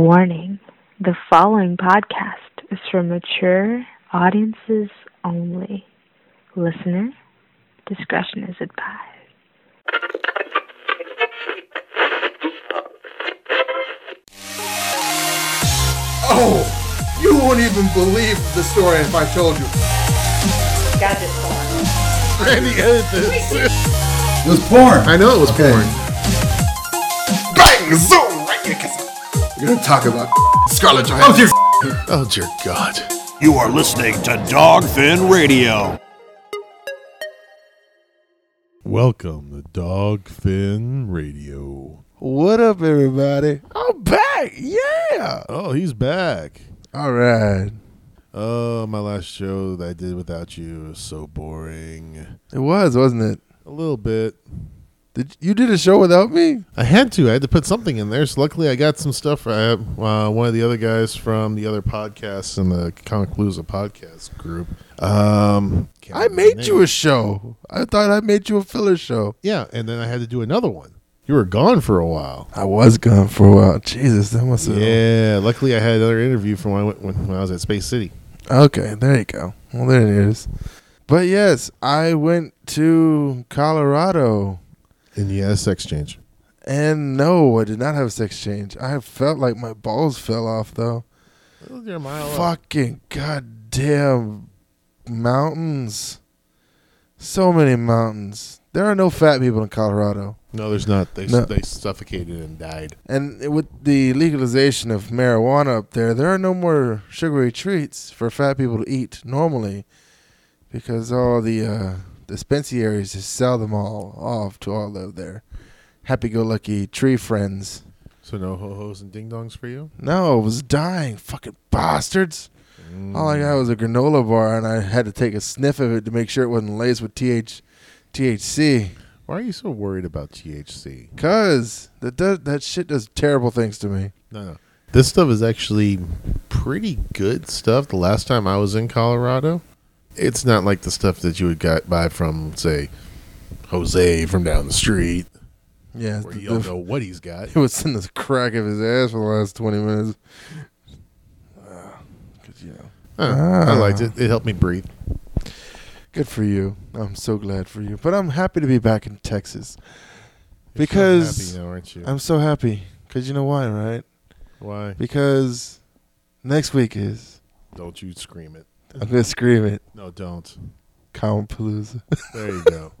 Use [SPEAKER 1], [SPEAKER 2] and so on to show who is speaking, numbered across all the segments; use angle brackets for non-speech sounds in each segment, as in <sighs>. [SPEAKER 1] Warning the following podcast is for mature audiences only. Listener, discretion is advised.
[SPEAKER 2] Oh, you won't even believe the story if I told you.
[SPEAKER 3] Got this one.
[SPEAKER 2] Randy edited this.
[SPEAKER 4] It was porn.
[SPEAKER 2] I know it was
[SPEAKER 4] Okay.
[SPEAKER 2] porn. Bang! Zoom! Right in the kiss. We're gonna talk about Scarlett Johansson.
[SPEAKER 5] Oh dear God.
[SPEAKER 6] You are listening to Dogfin Radio.
[SPEAKER 5] Welcome to Dogfin Radio.
[SPEAKER 4] What up, everybody? I'm back. Yeah.
[SPEAKER 5] Oh, he's back.
[SPEAKER 4] All right.
[SPEAKER 5] Oh, my last show that I did without you was so boring.
[SPEAKER 4] It was, wasn't it?
[SPEAKER 5] A little bit.
[SPEAKER 4] Did you did a show without me?
[SPEAKER 5] I had to. I had to put something in there. So luckily, I got some stuff. I, uh, one of the other guys from the other podcasts in the Comic Palooza podcast group. Um, can't
[SPEAKER 4] I
[SPEAKER 5] remember the
[SPEAKER 4] made you
[SPEAKER 5] name.
[SPEAKER 4] a show. I thought I made you a filler show.
[SPEAKER 5] yeah, and then I had to do another one. You were gone for a while.
[SPEAKER 4] I was gone for a while. Jesus, that must have.
[SPEAKER 5] Yeah, luckily I had another interview from when I, went, when I was at Space City.
[SPEAKER 4] Okay, there you go. Well, there it is. But yes, I went to Colorado,
[SPEAKER 5] In the S exchange.
[SPEAKER 4] and no, I did not have a sex change. I felt like my balls fell off though. fucking goddamn mountains. So many mountains. There are no fat people in Colorado.
[SPEAKER 5] No, there's not. They
[SPEAKER 4] No.
[SPEAKER 5] they suffocated and died.
[SPEAKER 4] And with the legalization of marijuana up there, there are no more sugary treats for fat people to eat normally because all the uh, dispensaries just sell them all off to all of their happy go lucky tree friends.
[SPEAKER 5] So no ho hos and ding dongs for you.
[SPEAKER 4] No, it was dying. Fucking bastards. All I got was a granola bar, and I had to take a sniff of it to make sure it wasn't laced with TH, THC.
[SPEAKER 5] Why are you so worried about THC?
[SPEAKER 4] Cause that does, that shit does terrible things to me.
[SPEAKER 5] No, no. This stuff is actually pretty good stuff. The last time I was in Colorado, it's not like the stuff that you would got buy from say Jose from down the street,
[SPEAKER 4] Yeah,
[SPEAKER 5] where
[SPEAKER 4] the-
[SPEAKER 5] you don't
[SPEAKER 4] the-
[SPEAKER 5] know what he's <laughs> got.
[SPEAKER 4] it was in the crack of his ass for the last twenty minutes. Uh, 'cause, you know,
[SPEAKER 5] Huh, I liked it. It helped me breathe.
[SPEAKER 4] good for you. I'm so glad for you, but I'm happy to be back in Texas because
[SPEAKER 5] Happy now, aren't you?
[SPEAKER 4] I'm so happy. Cause you know why, right?
[SPEAKER 5] Why?
[SPEAKER 4] Because next week is
[SPEAKER 5] Don't you scream it?
[SPEAKER 4] I'm gonna scream it.
[SPEAKER 5] No, don't.
[SPEAKER 4] Palooza.
[SPEAKER 5] There you go.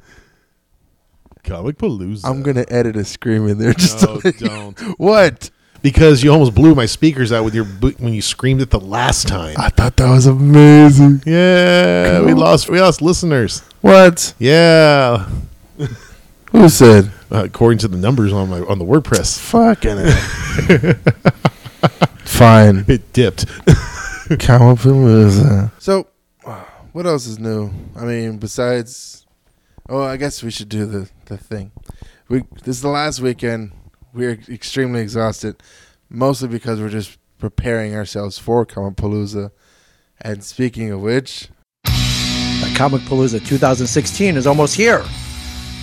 [SPEAKER 5] Comic
[SPEAKER 4] <laughs>
[SPEAKER 5] Palooza.
[SPEAKER 4] I'm gonna edit a scream in there. Just
[SPEAKER 5] No,
[SPEAKER 4] to let you-
[SPEAKER 5] don't.
[SPEAKER 4] <laughs> what?
[SPEAKER 5] because you almost blew my speakers out with your bo- when you screamed it the last time.
[SPEAKER 4] I thought that was amazing.
[SPEAKER 5] yeah,
[SPEAKER 4] <laughs>
[SPEAKER 5] we lost we lost listeners.
[SPEAKER 4] What?
[SPEAKER 5] Yeah,
[SPEAKER 4] Who said?
[SPEAKER 5] Uh, according to the numbers on my on the WordPress,
[SPEAKER 4] Fucking it.
[SPEAKER 5] <laughs>
[SPEAKER 4] Fine.
[SPEAKER 5] it dipped. <laughs>
[SPEAKER 4] Kamapalooza. So, what else is new? I mean, besides, oh, I guess we should do the the thing. We this is the last weekend. We're extremely exhausted, mostly because we're just preparing ourselves for Kamapalooza. And speaking of which,
[SPEAKER 7] At Comic Palooza 2016 is almost here.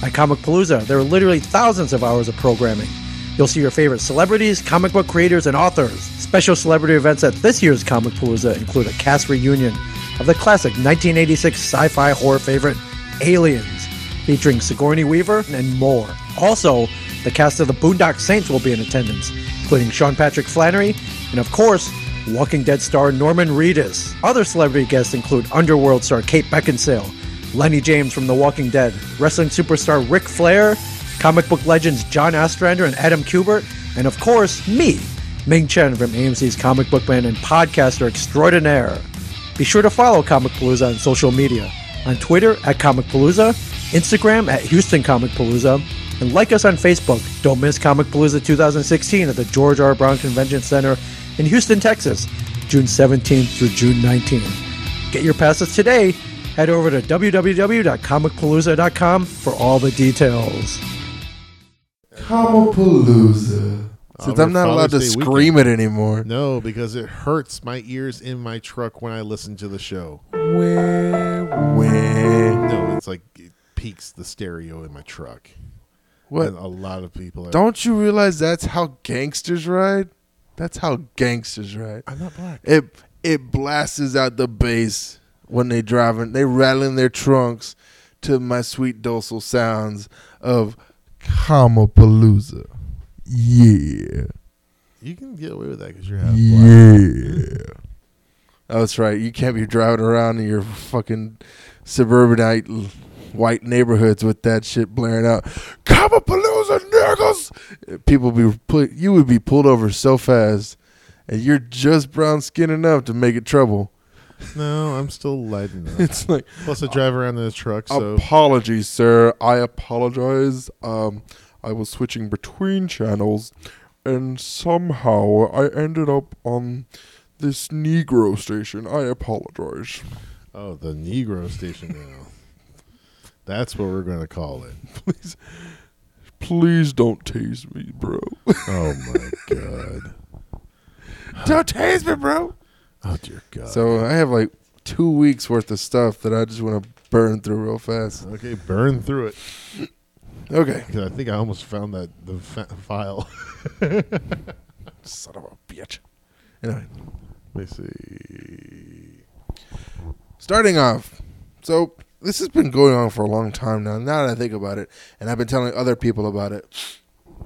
[SPEAKER 7] At Comic Palooza, there are literally thousands of hours of programming. You'll see your favorite celebrities, comic book creators, and authors. Special celebrity events at this year's Comic Palooza include a cast reunion of the classic 1986 sci fi horror favorite Aliens, featuring Sigourney Weaver and more. Also, the cast of the Boondock Saints will be in attendance, including Sean Patrick Flannery and, of course, Walking Dead star Norman Reedus. Other celebrity guests include Underworld star Kate Beckinsale, Lenny James from The Walking Dead, wrestling superstar Ric Flair, comic book legends John Ostrander and Adam Kubert, and, of course, me, Ming Chen from AMC's Comic Book Man and podcaster extraordinaire. Be sure to follow Comic Palooza on social media on Twitter at Comic Palooza, Instagram at Houston Comic Palooza, and like us on Facebook. Don't miss Comic Palooza 2016 at the George R. Brown Convention Center in Houston, Texas, June 17th through June 19th. Get your passes today. Head over to www.comicpalooza.com for all the details.
[SPEAKER 4] Kamapalooza. Since
[SPEAKER 5] Our
[SPEAKER 4] I'm not allowed to
[SPEAKER 5] Oh, Father's Day
[SPEAKER 4] scream it anymore.
[SPEAKER 5] No, because it hurts my ears in my truck when I listen to the show.
[SPEAKER 4] Wah, wah.
[SPEAKER 5] No, it's like it peaks the stereo in my truck.
[SPEAKER 4] What?
[SPEAKER 5] And a lot of people are,
[SPEAKER 4] Don't you realize that's how gangsters ride? That's how gangsters ride.
[SPEAKER 5] I'm not black.
[SPEAKER 4] It it blasts out the bass when they driving. They rattling their trunks to my sweet docile sounds of Kamapalooza. Yeah.
[SPEAKER 5] You can get away with that because you're half
[SPEAKER 4] Yeah. Oh, that's right. You can't be driving around in your fucking suburbanite l- white neighborhoods with that shit blaring out. Kamapalooza niggas. People be put. You would be pulled over so fast, and you're just brown skin enough to make it trouble. <laughs>
[SPEAKER 5] black. No, I'm still light enough.
[SPEAKER 4] It's like
[SPEAKER 5] Plus, I drive around in a truck, so
[SPEAKER 4] apologies, sir. I apologize. Um, I was switching between channels, and somehow I ended up on this Negro station. I apologize. <laughs>
[SPEAKER 5] oh, the Negro station now. That's what we're gonna
[SPEAKER 4] <laughs>
[SPEAKER 5] call it.
[SPEAKER 4] Please, please don't tase me, bro. <laughs>
[SPEAKER 5] Oh my god.
[SPEAKER 4] don't tase me, bro.
[SPEAKER 5] Oh dear god.
[SPEAKER 4] So I have like two weeks worth of stuff that I just want to burn through real fast.
[SPEAKER 5] okay, burn through it.
[SPEAKER 4] Okay,
[SPEAKER 5] Because I think I almost found that the fa- file. <laughs>
[SPEAKER 4] son of a bitch. Anyway.
[SPEAKER 5] Let me see.
[SPEAKER 4] starting off so this has been going on for a long time now now that i think about it and i've been telling other people about it <sighs>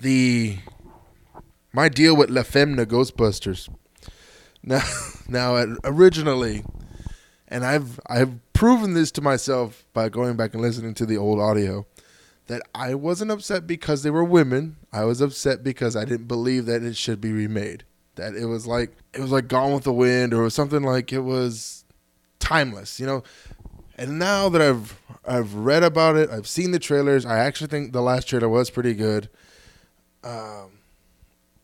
[SPEAKER 4] the my deal with la femna ghostbusters now <laughs> now it- originally and i've i've proven this to myself by going back and listening to the old audio that i wasn't upset because they were women i was upset because i didn't believe that it should be remade that it was like it was like gone with the wind or something like it was timeless, you know. And now that I've I've read about it, I've seen the trailers. I actually think the last trailer was pretty good. Um,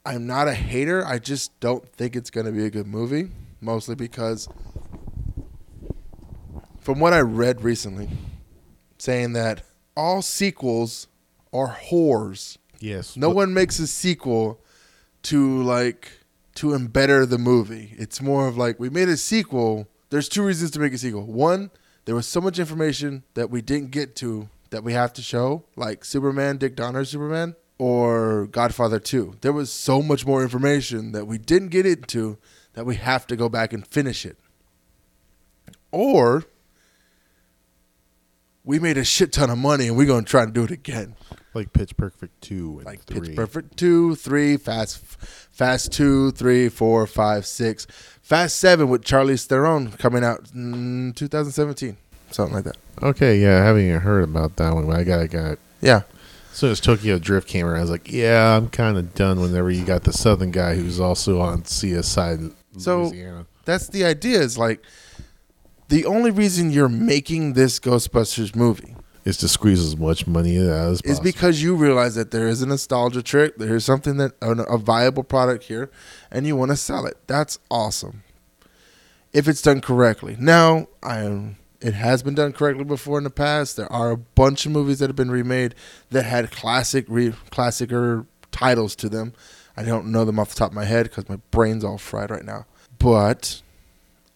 [SPEAKER 4] I'm not a hater. I just don't think it's going to be a good movie, mostly because from what I read recently, saying that all sequels are whores.
[SPEAKER 5] Yes.
[SPEAKER 4] No
[SPEAKER 5] but-
[SPEAKER 4] one makes a sequel to like to embetter the movie. It's more of like we made a sequel. There's two reasons to make a sequel. One, there was so much information that we didn't get to that we have to show, like Superman, Dick Donner, Superman, or Godfather 2. There was so much more information that we didn't get into that we have to go back and finish it. Or we made a shit ton of money and we're going to try and do it again
[SPEAKER 5] Like Pitch Perfect 2 and
[SPEAKER 4] like
[SPEAKER 5] 3.
[SPEAKER 4] Pitch Perfect two, three, Fast, Fast two, three, four, five, six, Fast seven with Charlie Theron coming out in 2017, something like that.
[SPEAKER 5] Okay, yeah, I haven't even heard about that one, but I got I got
[SPEAKER 4] Yeah,
[SPEAKER 5] So as Tokyo Drift came around, I was like, yeah, I'm kind of done whenever you got the southern guy who's also on CSI
[SPEAKER 4] So-
[SPEAKER 5] Louisiana.
[SPEAKER 4] that's the idea. Is like the only reason you're making this Ghostbusters movie
[SPEAKER 5] Is to squeeze as much money out as
[SPEAKER 4] is
[SPEAKER 5] possible.
[SPEAKER 4] because you realize that there is a nostalgia trip, there is something that an, a viable product here, and you want to sell it. That's awesome. If it's done correctly. Now, I am. It has been done correctly before in the past. There are a bunch of movies that have been remade that had classic, re, classic or titles to them. I don't know them off the top of my head because my brain's all fried right now. But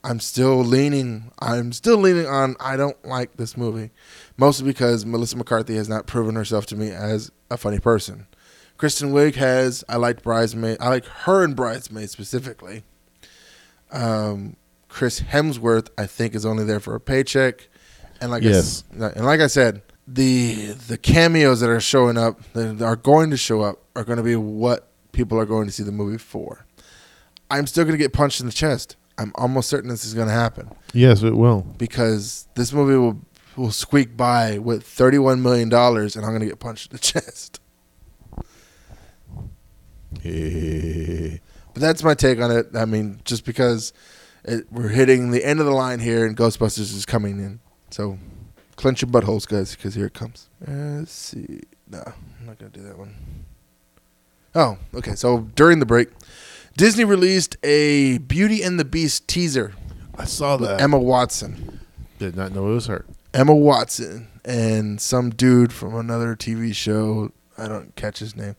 [SPEAKER 4] I'm still leaning. I'm still leaning on. I don't like this movie, mostly because Melissa McCarthy has not proven herself to me as a funny person. Kristen Wiig has. I liked Bridesmaid. I like her in Bridesmaid specifically. Um, Chris Hemsworth, I think, is only there for a paycheck, and like
[SPEAKER 5] Yes.
[SPEAKER 4] I, s- and like I said, the the cameos that are showing up, that are going to show up, are going to be what people are going to see the movie for. I'm still going to get punched in the chest. I'm almost certain this is going to happen
[SPEAKER 5] yes, it will.
[SPEAKER 4] because this movie will will squeak by with 31 million dollars and I'm going to get punched in the <laughs> chest. But that's my take on it. I mean, just because it, we're hitting the end of the line here and Ghostbusters is coming in. So clench your buttholes, guys, because here it comes. Uh, let's see. No, I'm not going to do that one. Oh, okay. So during the break, Disney released a Beauty and the Beast teaser
[SPEAKER 5] I saw
[SPEAKER 4] with
[SPEAKER 5] that.
[SPEAKER 4] Emma Watson.
[SPEAKER 5] Did not know it was her.
[SPEAKER 4] Emma Watson and some dude from another TV show. I don't catch his name.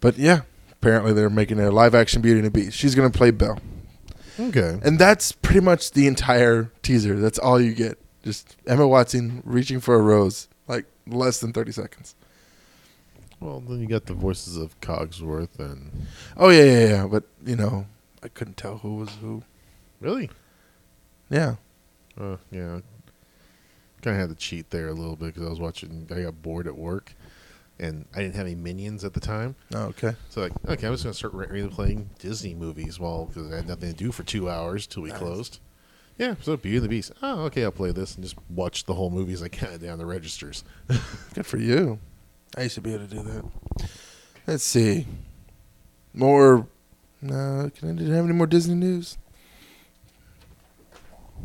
[SPEAKER 4] But yeah, apparently they're making a live action Beauty and the Beast. She's going to play Belle.
[SPEAKER 5] Okay.
[SPEAKER 4] And that's pretty much the entire teaser. That's all you get. Just Emma Watson reaching for a rose, like less than 30 seconds.
[SPEAKER 5] Well, then you got the voices of Cogsworth and
[SPEAKER 4] Oh yeah, yeah, yeah. But you know, I couldn't tell who was who.
[SPEAKER 5] really,
[SPEAKER 4] Yeah.
[SPEAKER 5] uh, yeah. Kind of had to cheat there a little bit because I was watching. I got bored at work, and I didn't have any minions at the time.
[SPEAKER 4] Oh, okay.
[SPEAKER 5] So like, okay, I'm just gonna start re- playing Disney movies while because I had nothing to do for two hours till we closed. Yeah, so Beauty and the Beast. Oh, okay, I'll play this and just watch the whole movies I can down the registers. <laughs>
[SPEAKER 4] Good for you. I used to be able to do that. Let's see. More. No, can I did I have any more Disney news?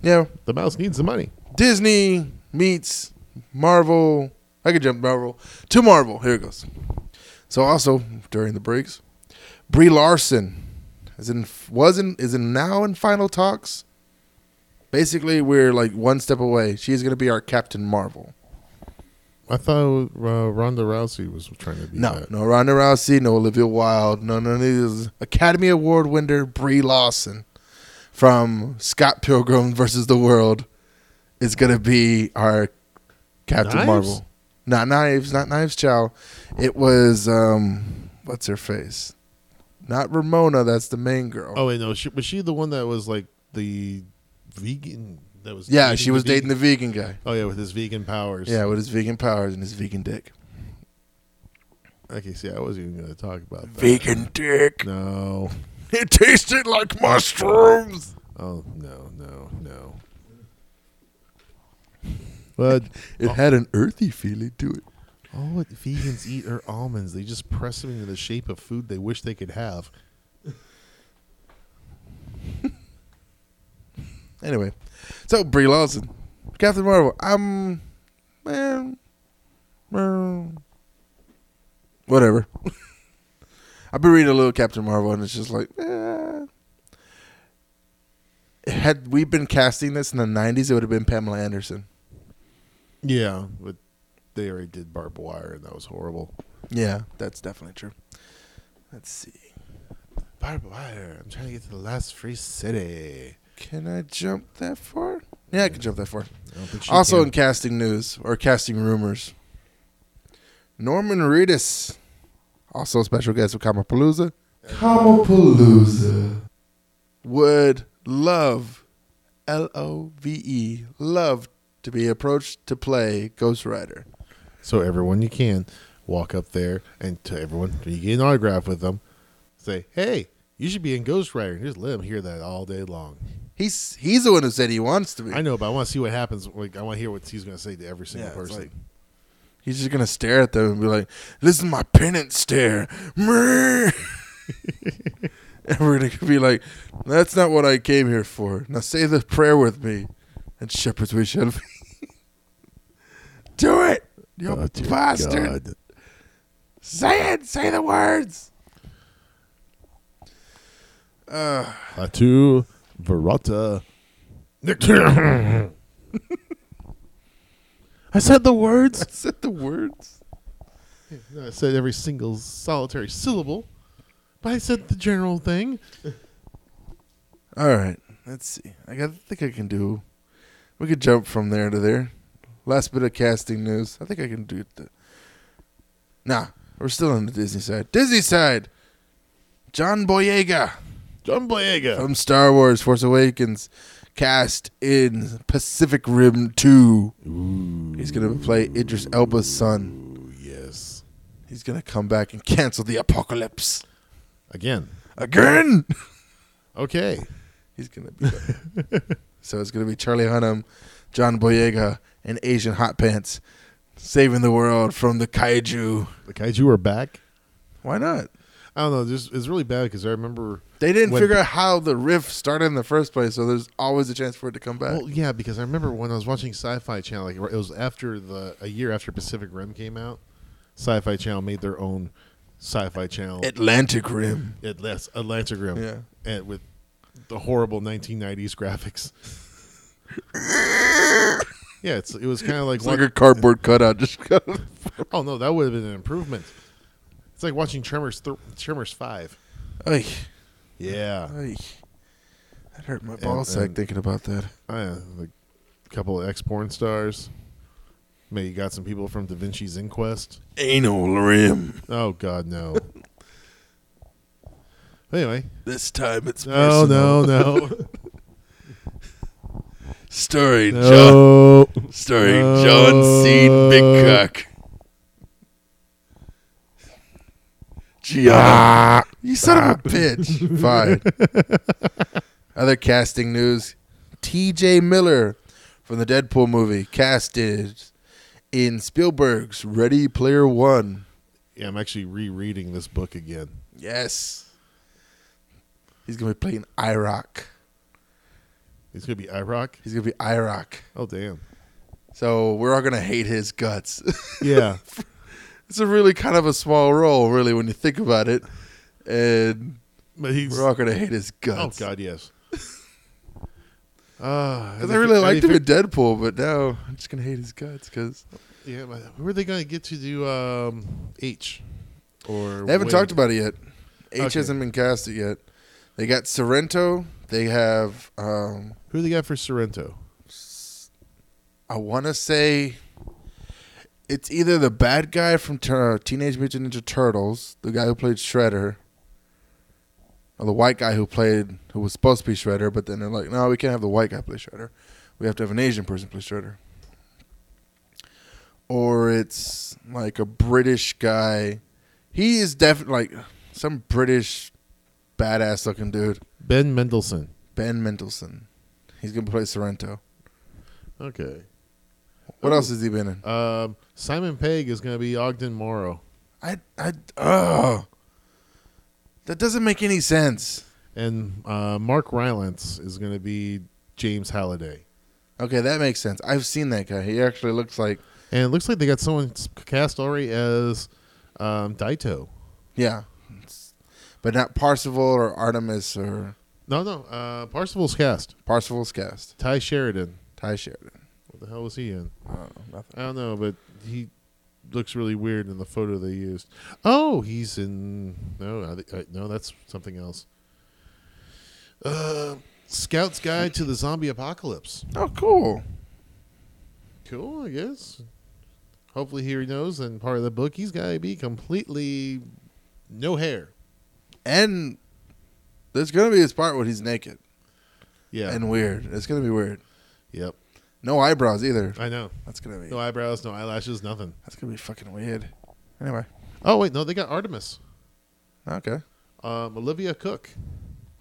[SPEAKER 4] Yeah,
[SPEAKER 5] The mouse needs the money.
[SPEAKER 4] Disney meets Marvel. I could jump Marvel to Marvel. Here it goes. So also during the breaks, Brie Larson is in was in is in now in final talks. Basically, we're like one step away. She's gonna be our Captain Marvel.
[SPEAKER 5] I thought uh, Ronda Rousey was trying to be
[SPEAKER 4] No,
[SPEAKER 5] that.
[SPEAKER 4] no Ronda Rousey, no Olivia Wilde, no none of these. Academy Award winner Brie Larson from Scott Pilgrim <laughs> versus the World is gonna be our Captain
[SPEAKER 5] Knives?
[SPEAKER 4] Marvel. Not knives, not knives, Chow. It was um, what's her face? Not Ramona. That's the main girl.
[SPEAKER 5] Oh wait, no, she, was she the one that was like the vegan? That was
[SPEAKER 4] yeah,
[SPEAKER 5] dating
[SPEAKER 4] she was
[SPEAKER 5] the
[SPEAKER 4] dating
[SPEAKER 5] vegan-
[SPEAKER 4] the vegan guy.
[SPEAKER 5] Oh yeah, with his vegan powers.
[SPEAKER 4] Yeah, with his vegan powers and his vegan dick.
[SPEAKER 5] Okay, see, I wasn't even going to talk about that.
[SPEAKER 4] Vegan dick.
[SPEAKER 5] No.
[SPEAKER 4] It tasted like mushrooms.
[SPEAKER 5] Oh no, no, no. But
[SPEAKER 4] <laughs> It had an earthy feeling to it.
[SPEAKER 5] all what vegans eat are almonds. They just press them into the shape of food they wish they could have.
[SPEAKER 4] Anyway, so Brie Larson, Captain Marvel. I'm, man, man, whatever. <laughs> I've been reading a little Captain Marvel, and it's just like, eh. had we been casting this in the '90s, it would have been Pamela Anderson.
[SPEAKER 5] Yeah, but they already did barbed wire, and that was horrible.
[SPEAKER 4] Yeah, that's definitely true. Let's see.
[SPEAKER 5] Barbed wire. I'm trying to get to the last free city.
[SPEAKER 4] Can I jump that far? Yeah, I can jump that far.
[SPEAKER 5] I don't think she
[SPEAKER 4] Also
[SPEAKER 5] can.
[SPEAKER 4] in casting news or casting rumors, Norman Reedus, also a special guest of Kamapalooza, Kamapalooza would love, L O V E, love to be approached to play Ghost Rider.
[SPEAKER 5] So everyone you can walk up there and to everyone you get an autograph with them. Say, hey, you should be in Ghost Rider. Just let them hear that all day long.
[SPEAKER 4] He's he's the one who said he wants to be.
[SPEAKER 5] I know, but I want to see what happens. Like, I want to hear what he's going to say to every single
[SPEAKER 4] Yeah, it's
[SPEAKER 5] person.
[SPEAKER 4] like- He's just gonna stare at them and be like, "This is my penance stare." Mrrr. <laughs> and we're gonna be like, "That's not what I came here for." Now say the prayer with me, and shepherds we shall be. <laughs> Do it, you bastard! Say it. Say the <laughs> words.
[SPEAKER 5] Atu Verata. Nick- <laughs> I said the words.
[SPEAKER 4] Said the words.
[SPEAKER 5] I said every single solitary syllable, but I said the general thing.
[SPEAKER 4] All right. Let's see. I got. I think I can do. We could jump from there to there. Last bit of casting news. I think I can do the. Nah, we're still on the Disney side. Disney side. John Boyega
[SPEAKER 5] John Boyega.
[SPEAKER 4] from Star Wars: Force Awakens, cast in Pacific Rim Two. He's gonna play Idris Elba's son.
[SPEAKER 5] yes.
[SPEAKER 4] He's gonna come back and cancel the apocalypse
[SPEAKER 5] Again.
[SPEAKER 4] again.
[SPEAKER 5] Okay.
[SPEAKER 4] He's gonna be. there. <laughs> so it's gonna be Charlie Hunnam, John Boyega, and Asian Hot Pants saving the world from the kaiju.
[SPEAKER 5] The kaiju are back.
[SPEAKER 4] Why not?
[SPEAKER 5] I don't know. This it's really bad because I remember.
[SPEAKER 4] They didn't
[SPEAKER 5] when-
[SPEAKER 4] figure out how the riff started in the first place, so there's always a chance for it to come back.
[SPEAKER 5] Well, yeah, because I remember when I was watching Sci-Fi Channel. Like it was after the a year after Pacific Rim came out. Sci-Fi Channel made their own Sci-Fi Channel
[SPEAKER 4] Atlantic Rim.
[SPEAKER 5] at last Atlantic Rim.
[SPEAKER 4] Yeah.
[SPEAKER 5] and with the horrible 1990s graphics. yeah, it's it was kind of like,
[SPEAKER 4] It's like
[SPEAKER 5] wa-
[SPEAKER 4] a cardboard cutout. Just <laughs> got
[SPEAKER 5] oh no, that would have been an improvement. It's like watching Tremors th- Tremors Five.
[SPEAKER 4] Ay,
[SPEAKER 5] Yeah,
[SPEAKER 4] ay. That hurt my ball sack
[SPEAKER 5] and-
[SPEAKER 4] thinking about that.
[SPEAKER 5] I, uh, like a couple of X porn stars. Man, you got some people from Da Vinci's Inquest.
[SPEAKER 4] Anal rim.
[SPEAKER 5] Oh
[SPEAKER 4] <laughs>
[SPEAKER 5] God, no. anyway,
[SPEAKER 4] This time it's
[SPEAKER 5] no,
[SPEAKER 4] personal.
[SPEAKER 5] Oh, no,
[SPEAKER 4] <laughs>
[SPEAKER 5] no, <laughs>
[SPEAKER 4] Starring John,
[SPEAKER 5] no.
[SPEAKER 4] starring
[SPEAKER 5] No.
[SPEAKER 4] John C. Big Cock. Gianna.
[SPEAKER 5] <laughs>
[SPEAKER 4] You son
[SPEAKER 5] Ah.
[SPEAKER 4] of a bitch. Fine. Other casting news: T.J. Miller from the Deadpool movie casted in Spielberg's Ready Player One.
[SPEAKER 5] Yeah, I'm actually rereading this book again.
[SPEAKER 4] Yes, he's gonna be playing IROC.
[SPEAKER 5] It's gonna be IROC.
[SPEAKER 4] He's gonna be IROC.
[SPEAKER 5] Oh damn.
[SPEAKER 4] So we're all gonna hate his guts.
[SPEAKER 5] Yeah.
[SPEAKER 4] <laughs> it's a really kind of a small role, really, when you think about it, and
[SPEAKER 5] <laughs> But he's
[SPEAKER 4] we're all gonna hate his
[SPEAKER 5] Oh
[SPEAKER 4] guts.
[SPEAKER 5] God, yes. Uh,
[SPEAKER 4] Because I really liked him in Deadpool, but now I'm just gonna hate his guts because
[SPEAKER 5] Yeah, but who are they going to get to do um, H? Or
[SPEAKER 4] They haven't
[SPEAKER 5] Wade?
[SPEAKER 4] talked about it yet. H
[SPEAKER 5] Okay.
[SPEAKER 4] hasn't been casted yet. They got Sorrento. They have, um,
[SPEAKER 5] who they got for Sorrento.
[SPEAKER 4] I want to say, it's either the bad guy from Tur- uh, Teenage Mutant Ninja Turtles, the guy who played Shredder, or the white guy who played who was supposed to be Shredder, but then they're like, no, we can't have the white guy play Shredder. We have to have an Asian person play Shredder. Or it's like a British guy. He is definitely like some British badass looking dude.
[SPEAKER 5] Ben Mendelsohn.
[SPEAKER 4] Ben Mendelsohn. He's gonna play Sorrento.
[SPEAKER 5] Okay.
[SPEAKER 4] What else has he been in?
[SPEAKER 5] Um, Simon Pegg is going to be Ogden Morrow,
[SPEAKER 4] I I oh, that doesn't make any sense.
[SPEAKER 5] and uh, Mark Rylance is going to be James Halliday.
[SPEAKER 4] Okay, that makes sense. I've seen that guy. He actually looks like
[SPEAKER 5] And it looks like they got someone s- cast already as um, Daito.
[SPEAKER 4] yeah, It's- but not Parsifal or Artemis or
[SPEAKER 5] No, no, uh, Parsival's cast.
[SPEAKER 4] Parsifal's cast.
[SPEAKER 5] Ty Sheridan.
[SPEAKER 4] Ty Sheridan.
[SPEAKER 5] What the hell was he in?
[SPEAKER 4] I don't know, nothing.
[SPEAKER 5] I don't know, but he looks really weird in the photo they used. Oh, he's in. No, I, thi- I, no, that's something else. Uh, Scout's Guide to the Zombie Apocalypse.
[SPEAKER 4] Oh, cool.
[SPEAKER 5] Cool, I guess. Hopefully, he knows. And part of the book, he's got to be completely no hair.
[SPEAKER 4] And there's gonna be this part where he's naked
[SPEAKER 5] Yeah.
[SPEAKER 4] and weird. It's gonna be weird.
[SPEAKER 5] yep.
[SPEAKER 4] No eyebrows either.
[SPEAKER 5] I know.
[SPEAKER 4] That's gonna be
[SPEAKER 5] No eyebrows, no eyelashes, nothing.
[SPEAKER 4] that's gonna be fucking weird. Anyway,
[SPEAKER 5] Oh wait, no, they got Artemis.
[SPEAKER 4] okay.
[SPEAKER 5] Um, Olivia Cook.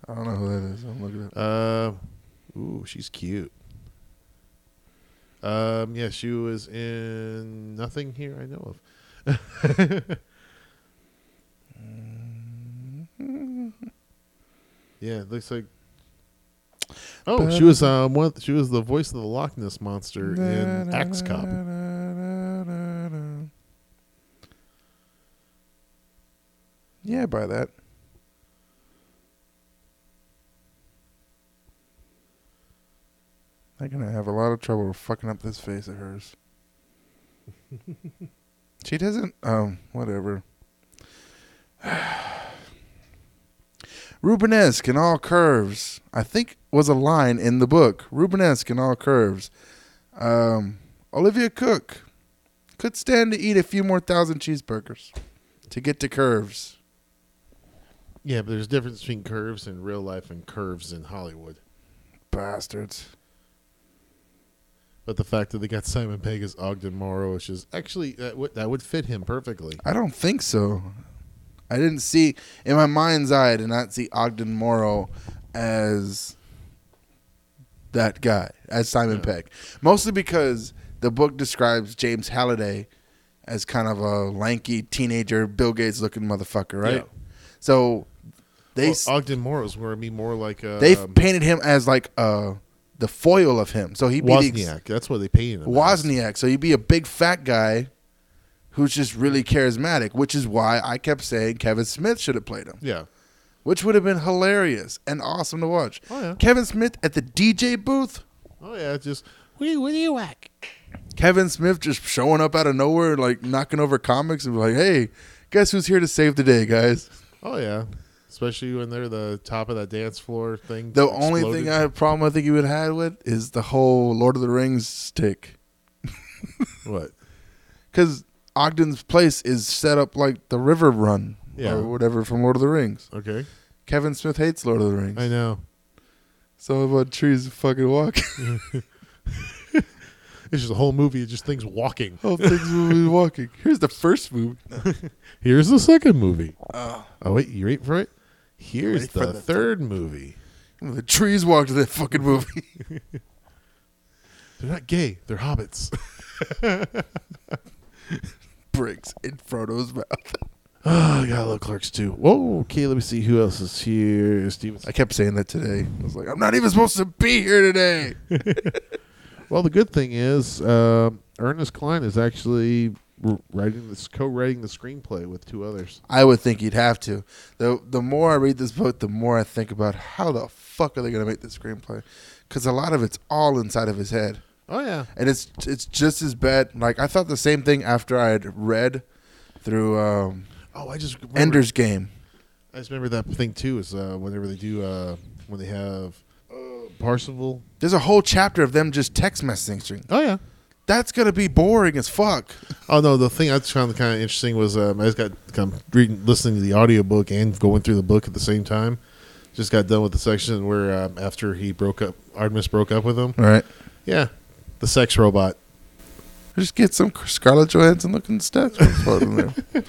[SPEAKER 4] I don't know who that is. I'm looking at.
[SPEAKER 5] Uh, ooh, she's cute. Um, yeah, she was in nothing here I know of. <laughs> yeah, it looks like. Oh, she was um one. She was the voice of the Loch Ness monster in Axe Cop.
[SPEAKER 4] Yeah, buy that. They're gonna have a lot of trouble fucking up this face of hers. she doesn't. Um, whatever. <sighs> Rubenesque in all curves. I think was a line in the book. Rubenesque in all curves. Um, Olivia Cook could stand to eat a few more thousand cheeseburgers to get to curves.
[SPEAKER 5] Yeah, but there's a difference between curves in real life and curves in Hollywood.
[SPEAKER 4] Bastards.
[SPEAKER 5] But the fact that they got Simon Pegg as Ogden Morrow, which is actually that would that would fit him perfectly.
[SPEAKER 4] I don't think so. I didn't see in my mind's eye. I did not see Ogden Morrow as that guy as Simon Pegg, mostly because the book describes James Halliday as kind of a lanky teenager, Bill Gates looking motherfucker, right?
[SPEAKER 5] Yeah.
[SPEAKER 4] So they
[SPEAKER 5] Well,
[SPEAKER 4] s-
[SPEAKER 5] Ogden Morrow's going to be more like uh, um, a
[SPEAKER 4] they painted him as like uh the foil of him, so he be the ex-
[SPEAKER 5] Wozniak. That's what they painted him. as.
[SPEAKER 4] Wozniak. So you'd be a big fat guy who's just really charismatic, which is why I kept saying Kevin Smith should have played him,
[SPEAKER 5] Yeah.
[SPEAKER 4] which would have been hilarious and awesome to watch.
[SPEAKER 5] Oh, yeah.
[SPEAKER 4] Kevin Smith at the DJ booth.
[SPEAKER 5] Oh yeah. it's Just what do you, what do you whack?
[SPEAKER 4] Kevin Smith just showing up out of nowhere, like knocking over comics and be like, hey, guess who's here to save the day, guys?
[SPEAKER 5] Oh yeah. Especially when they're the top of that dance floor thing.
[SPEAKER 4] The
[SPEAKER 5] that
[SPEAKER 4] only
[SPEAKER 5] exploded.
[SPEAKER 4] thing I have problem I think you would have had with is the whole Lord of the Rings stick.
[SPEAKER 5] what
[SPEAKER 4] because Ogden's place is set up like the River Run
[SPEAKER 5] Yeah.
[SPEAKER 4] or whatever from Lord of the Rings.
[SPEAKER 5] Okay.
[SPEAKER 4] Kevin Smith hates Lord of the Rings.
[SPEAKER 5] I know.
[SPEAKER 4] So about trees fucking walking.
[SPEAKER 5] <laughs> It's just a whole movie. It's just things walking.
[SPEAKER 4] All things will be walking. Here's the first movie.
[SPEAKER 5] Here's the second movie. oh wait, you wait for it. Here's
[SPEAKER 4] Wait
[SPEAKER 5] the,
[SPEAKER 4] for the
[SPEAKER 5] third movie.
[SPEAKER 4] The trees walked in that fucking movie. <laughs>
[SPEAKER 5] They're not gay. They're hobbits.
[SPEAKER 4] Bricks in Frodo's mouth.
[SPEAKER 5] oh, <sighs> I got a little clerks too. Whoa. Okay, let me see who else is here. Steven.
[SPEAKER 4] I kept saying that today. I was like, I'm not even supposed to be here today.
[SPEAKER 5] Well, the good thing is um, Ernest Klein is actually r- writing this, co-writing the screenplay with two others.
[SPEAKER 4] I would think you'd have to. The the more I read this book, the more I think about how the fuck are they going to make this screenplay? Because a lot of it's all inside of his head,
[SPEAKER 5] Oh yeah.
[SPEAKER 4] and it's it's just as bad. Like I thought the same thing after I had read through um,
[SPEAKER 5] Oh, I just remember,
[SPEAKER 4] Ender's Game.
[SPEAKER 5] I just remember that thing too. Is uh, whenever they do uh, when they have uh, Parsifal.
[SPEAKER 4] There's a whole chapter of them just text messaging.
[SPEAKER 5] Oh yeah.
[SPEAKER 4] That's gonna be boring as fuck.
[SPEAKER 5] Oh no, the thing I just found kind of interesting was um, I just got come reading, listening to the audiobook and going through the book at the same time. Just got done with the section where um, after he broke up, Artemis broke up with him.
[SPEAKER 4] All right,
[SPEAKER 5] Yeah, the sex robot.
[SPEAKER 4] just get some Scarlett Johansson looking statue and put it in there.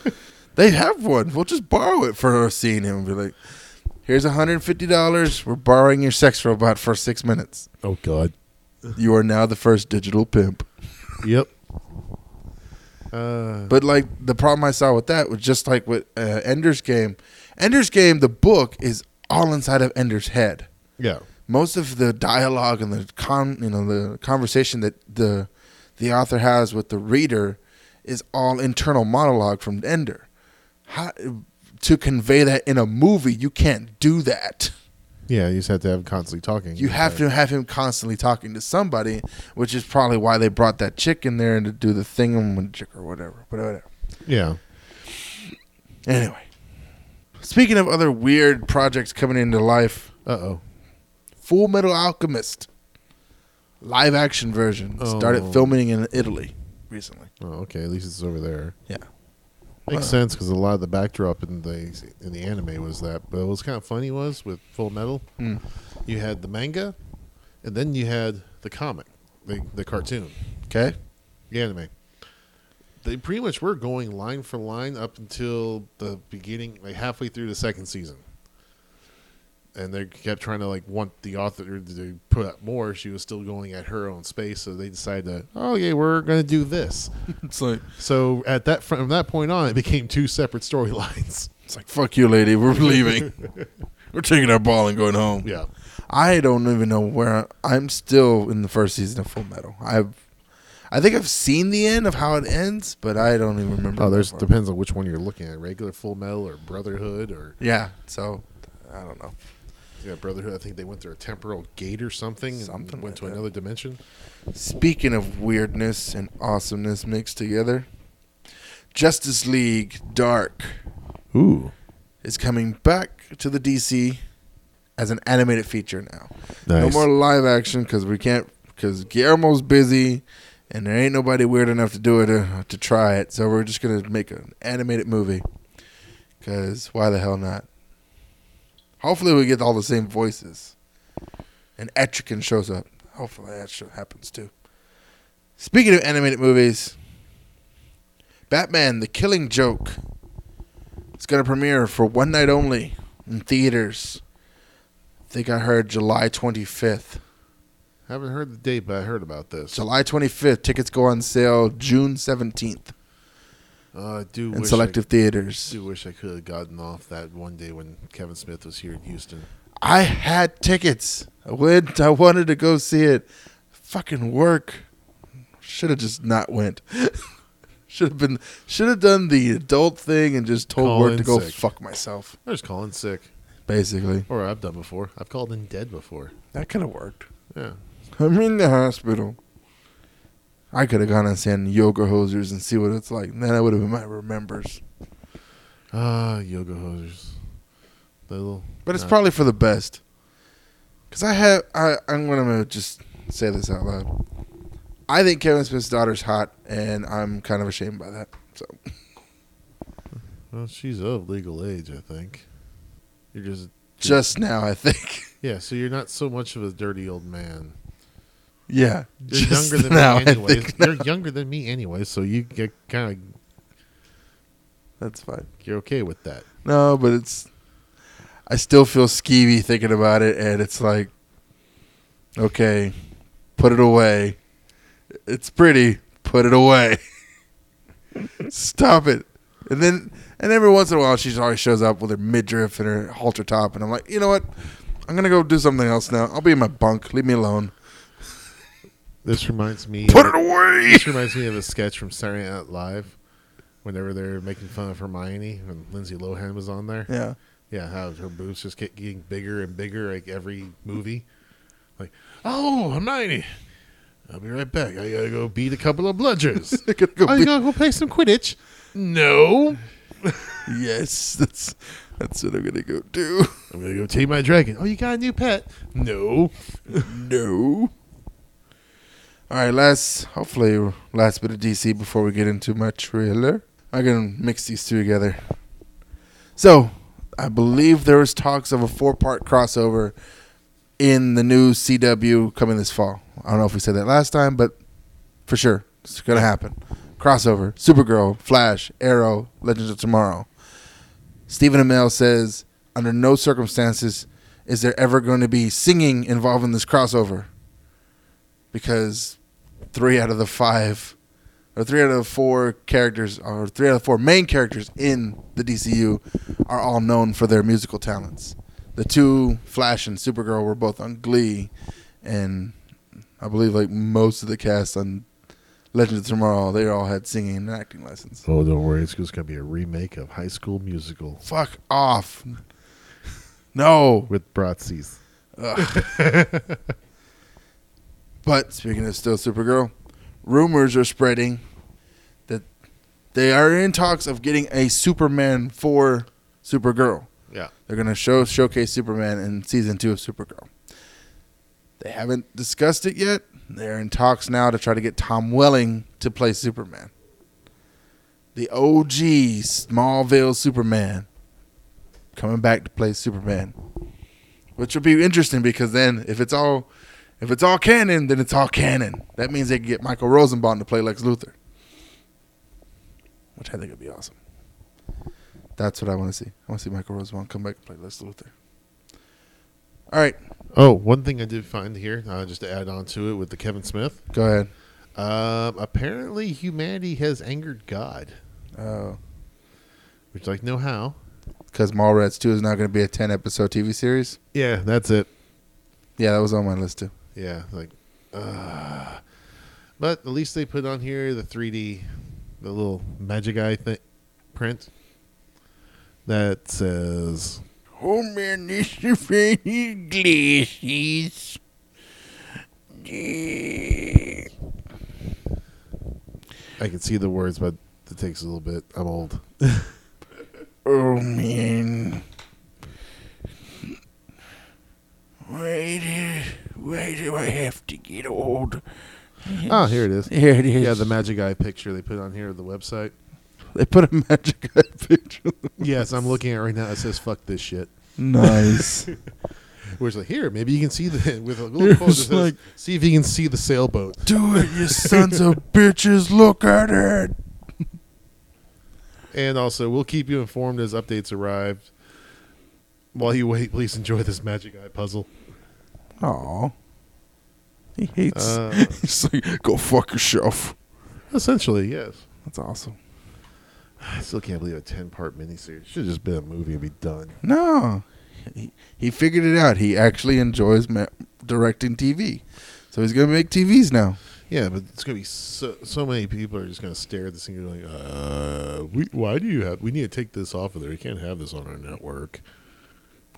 [SPEAKER 4] They have one. We'll just borrow it for seeing him. and Be like, here's hundred and fifty dollars. We're borrowing your sex robot for six minutes.
[SPEAKER 5] Oh God.
[SPEAKER 4] You are now the first digital pimp.
[SPEAKER 5] Yep. Uh,
[SPEAKER 4] But like the problem I saw with that was just like with uh, Ender's Game. Ender's Game, the book is all inside of Ender's head.
[SPEAKER 5] yeah.
[SPEAKER 4] Most of the dialogue and the con, you know, the conversation that the the author has with the reader is all internal monologue from Ender. How, to convey that in a movie, you can't do that.
[SPEAKER 5] Yeah, you just have to have constantly talking.
[SPEAKER 4] You have to have him constantly talking to somebody, which is probably why they brought that chick in there and to do the thingamajick or whatever. But whatever.
[SPEAKER 5] Yeah.
[SPEAKER 4] Anyway, speaking of other weird projects coming into life,
[SPEAKER 5] Uh oh.
[SPEAKER 4] Full Metal Alchemist live action version
[SPEAKER 5] Oh.
[SPEAKER 4] started filming in Italy recently.
[SPEAKER 5] Oh, okay. At least it's over there.
[SPEAKER 4] Yeah.
[SPEAKER 5] Makes sense because a lot of the backdrop in the in the anime was that. But what's kind of funny was with Full Metal, you had the manga, and then you had the comic, the the cartoon,
[SPEAKER 4] Okay.
[SPEAKER 5] the anime. They pretty much were going line for line up until the beginning, like halfway through the second season. And they kept trying to like want the author to put up more. She was still going at her own space, so they decided to, oh yeah, we're gonna do this.
[SPEAKER 4] It's like
[SPEAKER 5] So at that from that point on, it became two separate storylines. <laughs>
[SPEAKER 4] it's like fuck you, lady. We're <laughs> leaving. We're taking our ball and going home.
[SPEAKER 5] Yeah,
[SPEAKER 4] I don't even know where I, am still in the first season of Full Metal. I've, I think I've seen the end of how it ends, but I don't even remember.
[SPEAKER 5] oh, there's
[SPEAKER 4] that far.
[SPEAKER 5] depends on which one you're looking at. Regular Full Metal or Brotherhood or
[SPEAKER 4] yeah. So I don't know.
[SPEAKER 5] yeah Brotherhood. I think they went through a temporal gate or something,
[SPEAKER 4] Something
[SPEAKER 5] and went
[SPEAKER 4] like
[SPEAKER 5] to
[SPEAKER 4] that.
[SPEAKER 5] another dimension.
[SPEAKER 4] Speaking of weirdness and awesomeness mixed together, Justice League Dark
[SPEAKER 5] Ooh,
[SPEAKER 4] is coming back to the DC as an animated feature now. No
[SPEAKER 5] Nice.
[SPEAKER 4] more live action because we can't because Guillermo's busy and there ain't nobody weird enough to do it uh, to try it. So we're just gonna make an animated movie because why the hell not? Hopefully we get all the same voices and Etrigan shows up. Hopefully that shit happens too. Speaking of animated movies, Batman: The Killing Joke it's gonna premiere for one night only in theaters. I think I heard July 25th.
[SPEAKER 5] haven't heard the date, but I heard about this.
[SPEAKER 4] July 25th. Tickets go on sale June 17th
[SPEAKER 5] Uh, I do
[SPEAKER 4] in
[SPEAKER 5] wish
[SPEAKER 4] selective
[SPEAKER 5] I,
[SPEAKER 4] theaters.
[SPEAKER 5] do wish I could have gotten off that one day when Kevin Smith was here in Houston.
[SPEAKER 4] I had tickets. I went. I wanted to go see it. Fucking work. Should have just not went. <laughs> should have been. Should have done the adult thing and just told
[SPEAKER 5] Call
[SPEAKER 4] work
[SPEAKER 5] in
[SPEAKER 4] to go
[SPEAKER 5] sick.
[SPEAKER 4] fuck myself.
[SPEAKER 5] I was calling sick,
[SPEAKER 4] Basically,
[SPEAKER 5] or I've done before. I've called in dead before.
[SPEAKER 4] that could have worked.
[SPEAKER 5] Yeah.
[SPEAKER 4] I'm in the hospital. I could have gone and seen yoga hosers and see what it's like. Then I would have been my remembers.
[SPEAKER 5] Ah, yoga hosers. Little.
[SPEAKER 4] But it's
[SPEAKER 5] not-
[SPEAKER 4] probably for the best. Cause I have I I'm gonna just say this out loud. I think Kevin Smith's daughter's hot, and I'm kind of ashamed by that. So
[SPEAKER 5] Well, she's of legal age, I think. You're just
[SPEAKER 4] just now, I think. <laughs>
[SPEAKER 5] yeah. So you're not so much of a dirty old man.
[SPEAKER 4] Yeah,
[SPEAKER 5] You're
[SPEAKER 4] just
[SPEAKER 5] younger
[SPEAKER 4] <laughs>
[SPEAKER 5] than
[SPEAKER 4] now, I
[SPEAKER 5] me anyway.
[SPEAKER 4] think
[SPEAKER 5] You're
[SPEAKER 4] now.
[SPEAKER 5] younger than me anyway, so you get kind of
[SPEAKER 4] That's fine.
[SPEAKER 5] you're okay with that.
[SPEAKER 4] No, but it's. I still feel skeevy thinking about it, and it's like, okay, put it away. It's pretty. Put it away. <laughs> Stop it. And then, and every once in a while, she always shows up with her midriff and her halter top, and I'm like, you know what? I'm gonna go do something else now. I'll be in my bunk. Leave me alone.
[SPEAKER 5] This reminds me.
[SPEAKER 4] Put it away.
[SPEAKER 5] This reminds me of a sketch from Saturday Night Live. Whenever they're making fun of Hermione, when Lindsay Lohan was on there.
[SPEAKER 4] Yeah.
[SPEAKER 5] Yeah, how her boobs just get getting bigger and bigger like every movie. Like, oh, I'm 90. I'll be right back. I gotta go beat a couple of bludgers.
[SPEAKER 4] <laughs> I gotta go
[SPEAKER 5] oh,
[SPEAKER 4] be-
[SPEAKER 5] you gotta go play some Quidditch? No.
[SPEAKER 4] <laughs> Yes, that's that's what I'm gonna go do. <laughs>
[SPEAKER 5] I'm gonna go tame my dragon. Oh, you got a new pet? No.
[SPEAKER 4] No. All right, last hopefully last bit of DC before we get into my trailer. I can mix these two together. So, I believe there was talks of a four-part crossover in the new CW coming this fall. I don't know if we said that last time, but for sure it's gonna happen. Crossover: Supergirl, Flash, Arrow, Legends of Tomorrow. Stephen Amell says, under no circumstances is there ever going to be singing involved in this crossover. Because three out of the five, or three out of the four characters, or three out of the four main characters in the DCU are all known for their musical talents. The two, Flash and Supergirl, were both on Glee, and I believe like most of the cast on Legends of Tomorrow, they all had singing and acting lessons.
[SPEAKER 5] Oh, don't worry. It's just gonna be a remake of High School Musical
[SPEAKER 4] Fuck off. No.
[SPEAKER 5] with Bratzies.
[SPEAKER 4] But speaking of still Supergirl, rumors are spreading that they are in talks of getting a Superman for Supergirl.
[SPEAKER 5] Yeah.
[SPEAKER 4] They're going to show showcase Superman in season 2 of Supergirl. They haven't discussed it yet. They're in talks now to try to get Tom Welling to play Superman. The OG Smallville Superman coming back to play Superman. Which will be interesting because then if it's all if it's all canon, then it's all canon. That means they can get Michael Rosenbaum to play Lex Luthor, which I think would be awesome. That's what I want to see. I want to see Michael Rosenbaum come back and play Lex Luthor. All right,
[SPEAKER 5] Oh, one thing I did find here, uh, just to add on to it with the Kevin Smith.
[SPEAKER 4] go ahead.
[SPEAKER 5] Um, apparently, humanity has angered God,
[SPEAKER 4] Oh,
[SPEAKER 5] which like no how.
[SPEAKER 4] because Mallrats Two is now going to be a ten episode TV series.
[SPEAKER 5] Yeah, that's it.
[SPEAKER 4] Yeah, that was on my list too.
[SPEAKER 5] Yeah, like, uh, but at least they put on here the 3D, the little magic eye thing, print that says
[SPEAKER 4] Oh man, this glasses.
[SPEAKER 5] I can see the words, but it takes a little bit. I'm old.
[SPEAKER 4] Oh man. Why do, why do I have to get old?
[SPEAKER 5] Ah, here it is.
[SPEAKER 4] Here it is.
[SPEAKER 5] Yeah, the magic eye picture they put on here the website.
[SPEAKER 4] <laughs> they put a magic <laughs> eye picture.
[SPEAKER 5] Yes, I'm looking at it right now. It says "fuck this shit."
[SPEAKER 4] Nice.
[SPEAKER 5] Where's like here? Maybe you can see the <laughs> with a little quote that
[SPEAKER 4] It's
[SPEAKER 5] says,
[SPEAKER 4] like-
[SPEAKER 5] "See if you can see the sailboat."
[SPEAKER 4] <laughs> do it, you sons of bitches. Look at it.
[SPEAKER 5] And also, we'll keep you informed as updates arrive. While you wait, please enjoy this magic eye puzzle.
[SPEAKER 4] Aw. He hates.
[SPEAKER 5] Uh.
[SPEAKER 4] <laughs> he's like, go fuck yourself.
[SPEAKER 5] Essentially, yes.
[SPEAKER 4] That's awesome.
[SPEAKER 5] I still can't believe a ten-part miniseries should have just been a movie and be done.
[SPEAKER 4] No. He, he figured it out. He actually enjoys ma- directing TV. So he's going to make TVs now.
[SPEAKER 5] Yeah, but it's gonna be so. So many people are just gonna stare at this thing and be like, "Uh, we, why do you have? We need to take this off of there. We can't have this on our network."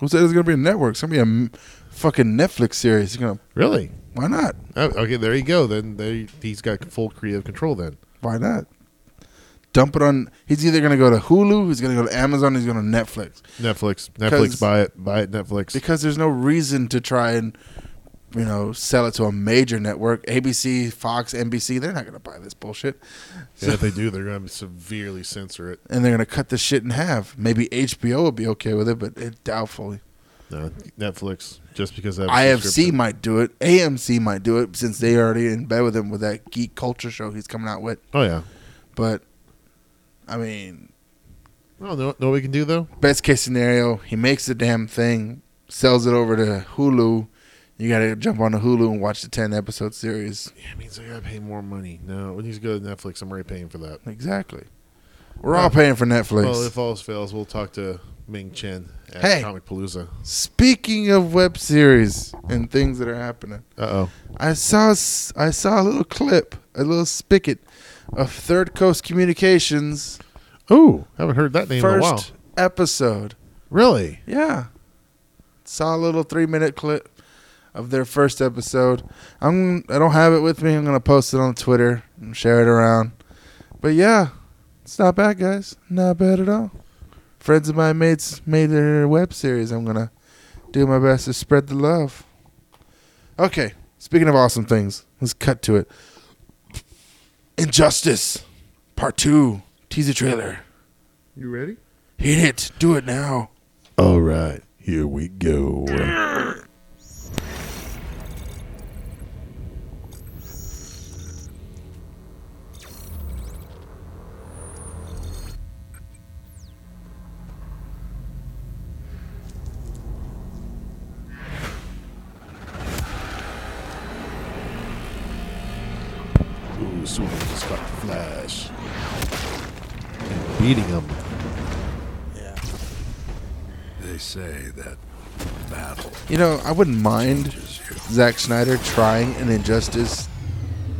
[SPEAKER 4] Who said it's gonna be a network? It's gonna be a m- fucking Netflix series. It's gonna
[SPEAKER 5] Really?
[SPEAKER 4] why not?
[SPEAKER 5] Oh, okay, there you go. Then they, he's got full creative control. Then
[SPEAKER 4] Why not? Dump it on. He's either gonna go to Hulu. He's gonna go to Amazon. He's going to Netflix
[SPEAKER 5] Netflix,
[SPEAKER 4] 'Cause-
[SPEAKER 5] Netflix, buy it, buy it, Netflix.
[SPEAKER 4] because there's no reason to try and you know, sell it to a major network, ABC, Fox, NBC. They're not going to buy this bullshit,
[SPEAKER 5] Yeah, if they do, they're going to severely censor it.
[SPEAKER 4] and they're going to cut this shit in half. Maybe HBO would be okay with it, but it, doubtfully.
[SPEAKER 5] No, Netflix, just because I have
[SPEAKER 4] IFC
[SPEAKER 5] a subscription.
[SPEAKER 4] might do it. AMC might do it since they already in bed with him with that geek culture show he's coming out with.
[SPEAKER 5] Oh yeah.
[SPEAKER 4] But I mean,
[SPEAKER 5] Well, no, no, we can do though.
[SPEAKER 4] best case scenario, he makes the damn thing, sells it over to Hulu. You got to jump on to Hulu and watch the ten episode series.
[SPEAKER 5] Yeah, it means I gotta pay more money. No, when you go to Netflix, I'm already paying for that.
[SPEAKER 4] Exactly. We're all paying for Netflix.
[SPEAKER 5] Well, if all fails, we'll talk to Ming Chen at
[SPEAKER 4] Hey.
[SPEAKER 5] Comic Palooza.
[SPEAKER 4] Speaking of web series and things that are happening,
[SPEAKER 5] Uh oh.
[SPEAKER 4] I saw s- I saw a little clip, a little spigot of Third Coast Communications
[SPEAKER 5] Ooh, haven't heard that name in a while.
[SPEAKER 4] first episode.
[SPEAKER 5] Really?
[SPEAKER 4] Yeah, saw a little three minute clip of their first episode. I'm I don't have it with me. I'm gonna post it on Twitter and share it around. But yeah, it's not bad, guys. Not bad at all. Friends of my mates made their web series. I'm gonna do my best to spread the love. Okay, speaking of awesome things, let's cut to it. Injustice, part two, teaser trailer.
[SPEAKER 5] You ready?
[SPEAKER 4] Hit it, do it now.
[SPEAKER 5] All right, here we go. Ooh, Superman just caught the Flash. And beating him.
[SPEAKER 6] They say that battle
[SPEAKER 4] You know, I wouldn't mind
[SPEAKER 6] is you.
[SPEAKER 4] Zack Snyder trying an injustice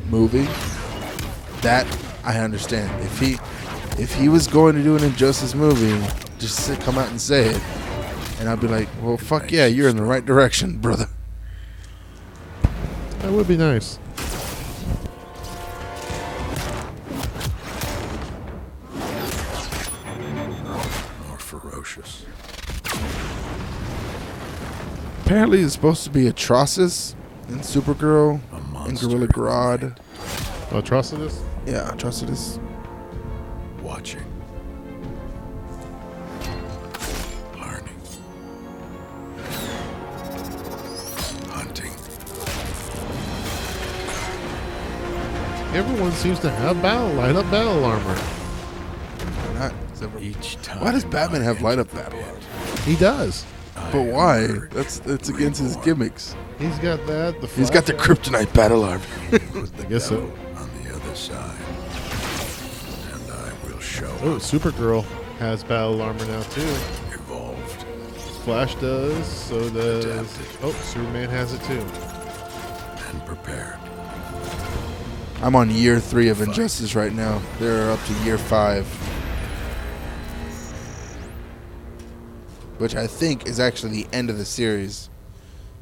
[SPEAKER 4] movie. That I understand. If he if he was going to do an injustice movie, just sit, come out and say it. And I'd be like, "Well, fuck yeah, you're in the right direction, brother."
[SPEAKER 5] That would be nice.
[SPEAKER 6] More ferocious.
[SPEAKER 4] Apparently, it's supposed to be Atrocitus and Supergirl
[SPEAKER 6] A
[SPEAKER 4] and
[SPEAKER 6] monster.
[SPEAKER 4] Gorilla Grodd.
[SPEAKER 5] Atrocitus?
[SPEAKER 4] Yeah, Atrocitus.
[SPEAKER 6] Watching. Learning. Hunting.
[SPEAKER 5] Everyone seems to have battle light up battle armor.
[SPEAKER 4] Not Supergirl.
[SPEAKER 6] Each time.
[SPEAKER 4] Why does Batman
[SPEAKER 6] I
[SPEAKER 4] have light up
[SPEAKER 6] enter the
[SPEAKER 4] battle
[SPEAKER 6] pit,
[SPEAKER 5] He does.
[SPEAKER 6] I
[SPEAKER 4] But why?
[SPEAKER 6] emerge
[SPEAKER 4] That's that's against his
[SPEAKER 6] reborn.
[SPEAKER 4] gimmicks.
[SPEAKER 5] He's got that. The
[SPEAKER 4] He's got the
[SPEAKER 5] flashlight.
[SPEAKER 4] kryptonite battle armor.
[SPEAKER 5] I guess so.
[SPEAKER 6] on the other side. And I will show
[SPEAKER 5] Oh, Supergirl has battle armor now too.
[SPEAKER 6] evolved.
[SPEAKER 5] Flash does. So does.
[SPEAKER 6] Adapted.
[SPEAKER 5] Oh, Superman has it too.
[SPEAKER 6] and prepared.
[SPEAKER 4] I'm on year three of Injustice right now. They're up to year five. Which I think is actually the end of the series.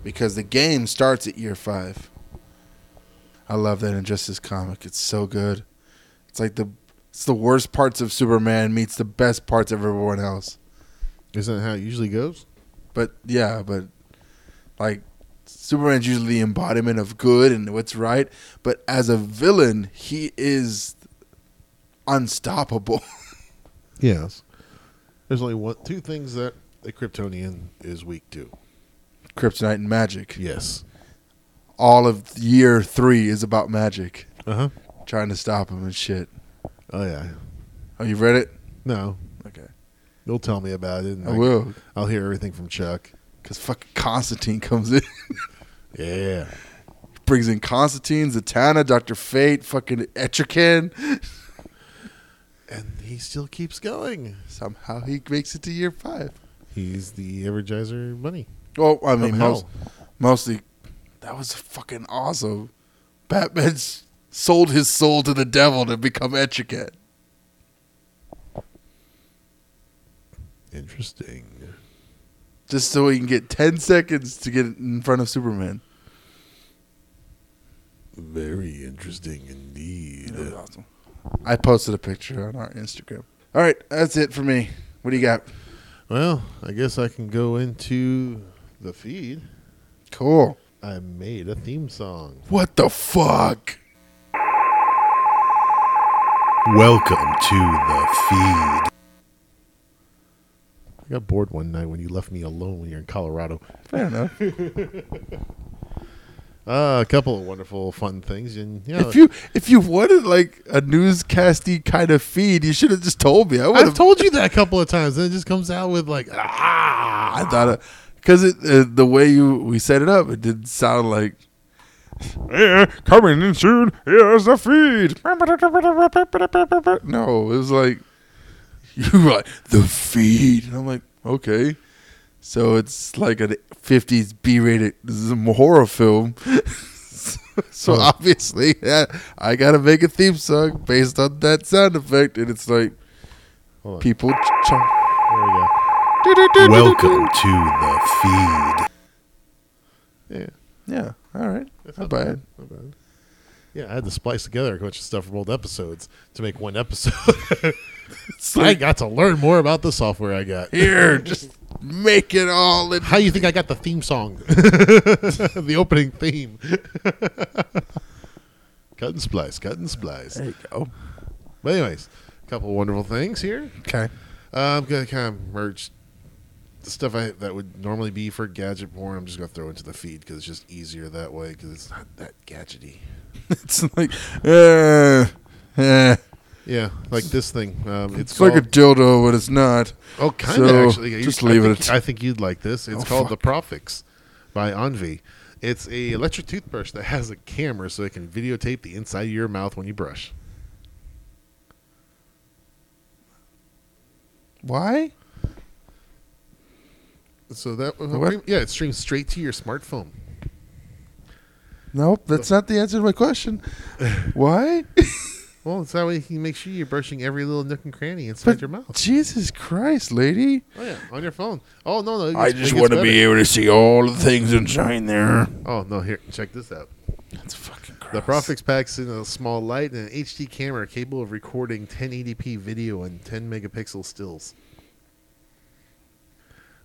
[SPEAKER 4] Because the game starts at year five. I love that Injustice comic. It's so good. It's like the it's the worst parts of Superman meets the best parts of everyone else.
[SPEAKER 5] Isn't that how it usually goes?
[SPEAKER 4] But yeah, but like Superman's usually the embodiment of good and what's right, but as a villain, he is unstoppable. <laughs>
[SPEAKER 5] Yes. There's only one, two things that the Kryptonian is weak to.
[SPEAKER 4] Kryptonite and magic.
[SPEAKER 5] Yes.
[SPEAKER 4] All of year three is about magic,
[SPEAKER 5] Uh huh.
[SPEAKER 4] trying to stop him and shit.
[SPEAKER 5] Oh yeah.
[SPEAKER 4] Oh, you've read it?
[SPEAKER 5] No,
[SPEAKER 4] Okay,
[SPEAKER 5] you'll tell me about it. and
[SPEAKER 4] I will.
[SPEAKER 5] I'll hear everything from Chuck.
[SPEAKER 4] Because fucking Constantine <laughs> comes in,
[SPEAKER 5] Yeah.
[SPEAKER 4] brings in Constantine, Zatanna, Doctor Fate, fucking Etrican. <laughs>
[SPEAKER 5] And he still keeps going.
[SPEAKER 4] Somehow he makes it to year five.
[SPEAKER 5] He's the Energizer Bunny.
[SPEAKER 4] Well, I mean,
[SPEAKER 5] hell.
[SPEAKER 4] most, mostly that was fucking awesome. Batman s- sold his soul to the devil to become Etricat.
[SPEAKER 5] Interesting.
[SPEAKER 4] Just so he can get 10 seconds to get in front of Superman.
[SPEAKER 5] Very interesting indeed.
[SPEAKER 4] That was awesome. I posted a picture on our Instagram. All right, that's it for me. What do you got?
[SPEAKER 5] Well, I guess I can go into the feed.
[SPEAKER 4] Cool.
[SPEAKER 5] I made a theme song.
[SPEAKER 4] What the fuck?
[SPEAKER 6] Welcome to the feed.
[SPEAKER 5] I got bored one night when you left me alone when you're in Colorado.
[SPEAKER 4] Fair enough.
[SPEAKER 5] Uh, a couple of wonderful, fun things, and you know,
[SPEAKER 4] If you if you wanted like a newscasty kind of feed, you should have just told me. I would
[SPEAKER 5] I've
[SPEAKER 4] have.
[SPEAKER 5] told you that a couple of times, and it just comes out with like, ah,
[SPEAKER 4] I thought it because it uh, the way you we set it up, it did sound like. Yeah, coming in soon. Here's the feed. No, it was like <laughs> you were like the feed, and I'm like, okay, so it's like a '50s B-rated horror film. <laughs> so obviously, yeah, I gotta make a theme song based on that sound effect, and it's like
[SPEAKER 5] Hold on.
[SPEAKER 4] people. ch- ch-
[SPEAKER 5] there we go.
[SPEAKER 6] Welcome to the feed.
[SPEAKER 5] Yeah,
[SPEAKER 4] Yeah. All right. I
[SPEAKER 5] not
[SPEAKER 4] buy it. <laughs>
[SPEAKER 5] not bad. Yeah, I had to splice together a bunch of stuff from old episodes to make one episode. <laughs> I got to learn more about the software I got.
[SPEAKER 4] Here, just make it all. In-
[SPEAKER 5] How you think I got the theme song? <laughs> the opening theme. <laughs> cut and splice, cut and splice.
[SPEAKER 4] there you go.
[SPEAKER 5] But anyways, a couple wonderful things here.
[SPEAKER 4] Okay.
[SPEAKER 5] Uh, I'm gonna kind of merge the stuff I that would normally be for gadget porn. I'm just gonna throw into the feed because it's just easier that way because it's not that gadgety.
[SPEAKER 4] <laughs> It's like, uh, uh,
[SPEAKER 5] Yeah, like this thing. Um, it's
[SPEAKER 4] it's like a
[SPEAKER 5] called-
[SPEAKER 4] dildo, but it's not.
[SPEAKER 5] Oh, kind of
[SPEAKER 4] So,
[SPEAKER 5] actually. You-
[SPEAKER 4] just
[SPEAKER 5] I
[SPEAKER 4] leave
[SPEAKER 5] think-
[SPEAKER 4] it.
[SPEAKER 5] I think you'd like this. It's
[SPEAKER 4] Oh,
[SPEAKER 5] called
[SPEAKER 4] fuck.
[SPEAKER 5] the Profix by Envy. It's a electric toothbrush that has a camera so it can videotape the inside of your mouth when you brush.
[SPEAKER 4] Why?
[SPEAKER 5] So that uh,
[SPEAKER 4] What?
[SPEAKER 5] yeah, it streams straight to your smartphone.
[SPEAKER 4] Nope. That's not the answer to my
[SPEAKER 5] <laughs>
[SPEAKER 4] question. Why?
[SPEAKER 5] Well, it's that way you can make sure you're brushing every little nook and cranny inside
[SPEAKER 4] but
[SPEAKER 5] your mouth.
[SPEAKER 4] Jesus Christ, lady.
[SPEAKER 5] Oh yeah, on your phone. Oh no, no. it
[SPEAKER 6] I
[SPEAKER 5] gets-
[SPEAKER 6] just
[SPEAKER 5] it gets
[SPEAKER 6] want to
[SPEAKER 5] better.
[SPEAKER 6] be able to see all the things inside there.
[SPEAKER 5] Oh no, here, check this out.
[SPEAKER 4] That's fucking gross.
[SPEAKER 5] The Profix packs in a small light and an HD camera capable of recording 1080p video and 10 megapixel stills.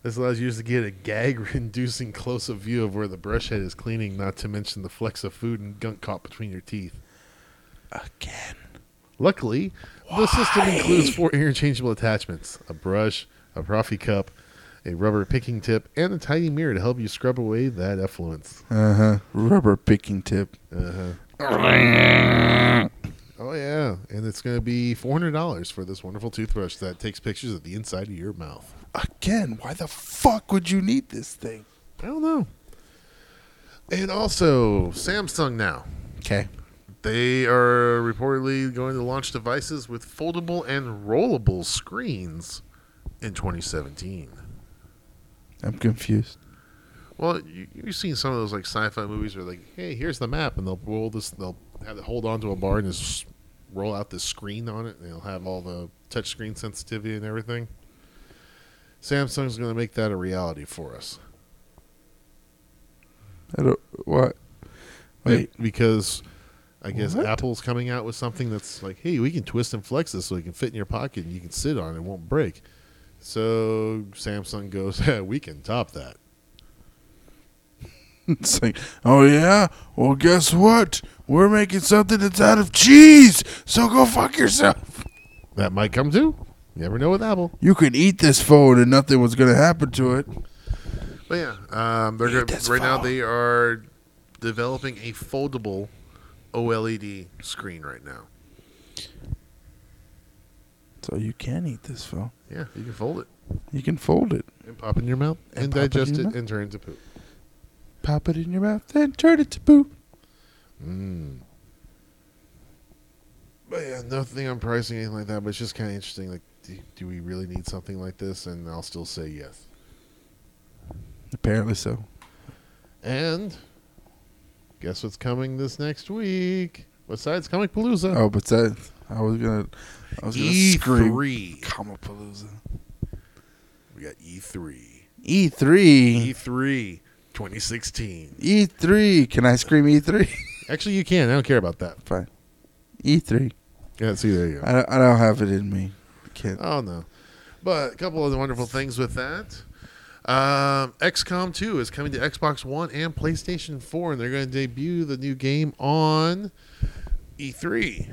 [SPEAKER 5] This allows users to get a gag-inducing close-up view of where the brush head is cleaning, not to mention the flecks of food and gunk caught between your teeth.
[SPEAKER 4] again.
[SPEAKER 5] Luckily, the system includes four interchangeable attachments: a brush, a coffee cup, a rubber picking tip, and a tiny mirror to help you scrub away that effluence.
[SPEAKER 4] Uh huh. Rubber picking tip.
[SPEAKER 5] Oh yeah, and it's going to be four hundred dollars for this wonderful toothbrush that takes pictures of the inside of your mouth.
[SPEAKER 4] Again. Why the fuck would you need this thing?
[SPEAKER 5] I don't know. And also, Samsung now
[SPEAKER 4] Okay.
[SPEAKER 5] they are reportedly going to launch devices with foldable and rollable screens in 2017.
[SPEAKER 4] I'm confused.
[SPEAKER 5] Well, you, you've seen some of those like sci-fi movies where like, hey, here's the map, and they'll roll this, they'll have it hold onto a bar and just roll out this screen on it, and it'll have all the touch screen sensitivity and everything. Samsung's going to make that a reality for us.
[SPEAKER 4] I don't. What? Wait.
[SPEAKER 5] Be- because I guess
[SPEAKER 4] What?
[SPEAKER 5] Apple's coming out with something that's like, hey, we can twist and flex this so it can fit in your pocket and you can sit on it, it won't break. So Samsung goes, <laughs> "Yeah, we can top that.
[SPEAKER 4] <laughs> It's like, oh yeah? Well, guess what? We're making something that's out of cheese, so go fuck yourself.
[SPEAKER 5] That might come too. You never know with Apple.
[SPEAKER 4] You can eat this phone and nothing was going to happen to it.
[SPEAKER 5] But yeah, um, they're gonna,
[SPEAKER 4] this
[SPEAKER 5] right now
[SPEAKER 4] phone.
[SPEAKER 5] they are developing a foldable OLED screen right now.
[SPEAKER 4] So you can eat this phone.
[SPEAKER 5] Yeah, you can fold it
[SPEAKER 4] You can fold it,
[SPEAKER 5] and pop it in your mouth and,
[SPEAKER 4] And pop it in
[SPEAKER 5] digest
[SPEAKER 4] your
[SPEAKER 5] it,
[SPEAKER 4] mouth?
[SPEAKER 5] and turn it into poop.
[SPEAKER 4] pop it in your mouth, then turn it to poop.
[SPEAKER 5] Mm. But yeah, nothing on pricing anything like that. But it's just kind of interesting. Like, do, do we really need something like this? And I'll still say yes.
[SPEAKER 4] Apparently so.
[SPEAKER 5] And guess what's coming this next week? Besides Comic Palooza,
[SPEAKER 4] Oh, but that I was going to I was going to
[SPEAKER 5] E
[SPEAKER 4] scream
[SPEAKER 5] three.
[SPEAKER 4] Comapalooza.
[SPEAKER 5] We got E three. E
[SPEAKER 4] E3.
[SPEAKER 5] three. 2016.
[SPEAKER 4] E3. E Can I scream E3?
[SPEAKER 5] Actually, you can. I don't care about that.
[SPEAKER 4] <laughs> Fine. E3.
[SPEAKER 5] Yeah, see, there you go.
[SPEAKER 4] I don't, I don't have it in me. Can't.
[SPEAKER 5] Oh no. But a couple of the wonderful things with that. Um, XCOM 2 is coming to Xbox One and PlayStation 4, and they're going to debut the new game on E E3.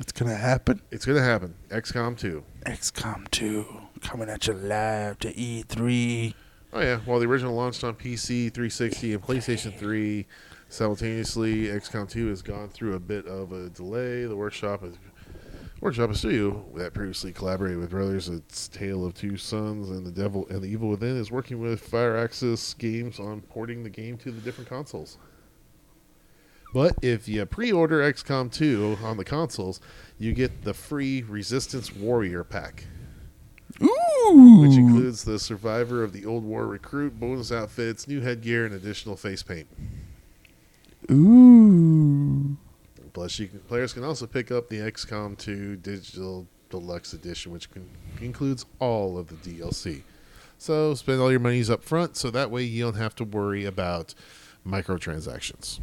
[SPEAKER 8] It's gonna happen.
[SPEAKER 5] It's going to happen. XCOM 2.
[SPEAKER 8] XCOM 2 coming at you live to E3.
[SPEAKER 5] Oh yeah, well the original launched on PC 360 and PlayStation 3 simultaneously, XCOM 2 has gone through a bit of a delay. The workshop is workshop and studio that previously collaborated with Brothers. It's Tale of Two Sons and the Devil and the Evil Within is working with Fire Axis Games on porting the game to the different consoles. But if you pre-order XCOM 2 on the consoles, you get the free Resistance Warrior pack
[SPEAKER 8] Ooh.
[SPEAKER 5] which includes the survivor of the old war recruit, bonus outfits, new headgear, and additional face paint.
[SPEAKER 8] Ooh.
[SPEAKER 5] Plus, you can, players can also pick up the XCOM 2 Digital Deluxe Edition, which can, includes all of the DLC. So spend all your monies up front, so that way you don't have to worry about microtransactions.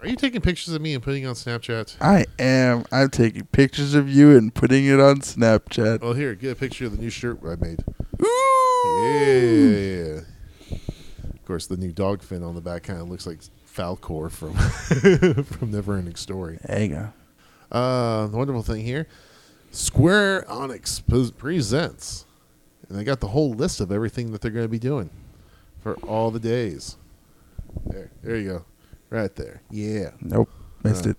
[SPEAKER 5] Are you taking pictures of me and putting on Snapchat?
[SPEAKER 8] I am. I'm taking pictures of you and putting it on Snapchat.
[SPEAKER 5] Well, Oh, here, get a picture of the new shirt I made.
[SPEAKER 8] Ooh.
[SPEAKER 5] Yeah. Of course, the new dog fin on the back kind of looks like Falcor from <laughs> from Neverending Story.
[SPEAKER 8] There you go.
[SPEAKER 5] Uh, the wonderful thing here, Square Onyx pres- presents, and they got the whole list of everything that they're going to be doing for all the days. There, there you go, right there. Yeah,
[SPEAKER 8] Nope. Missed
[SPEAKER 5] Uh,
[SPEAKER 8] it.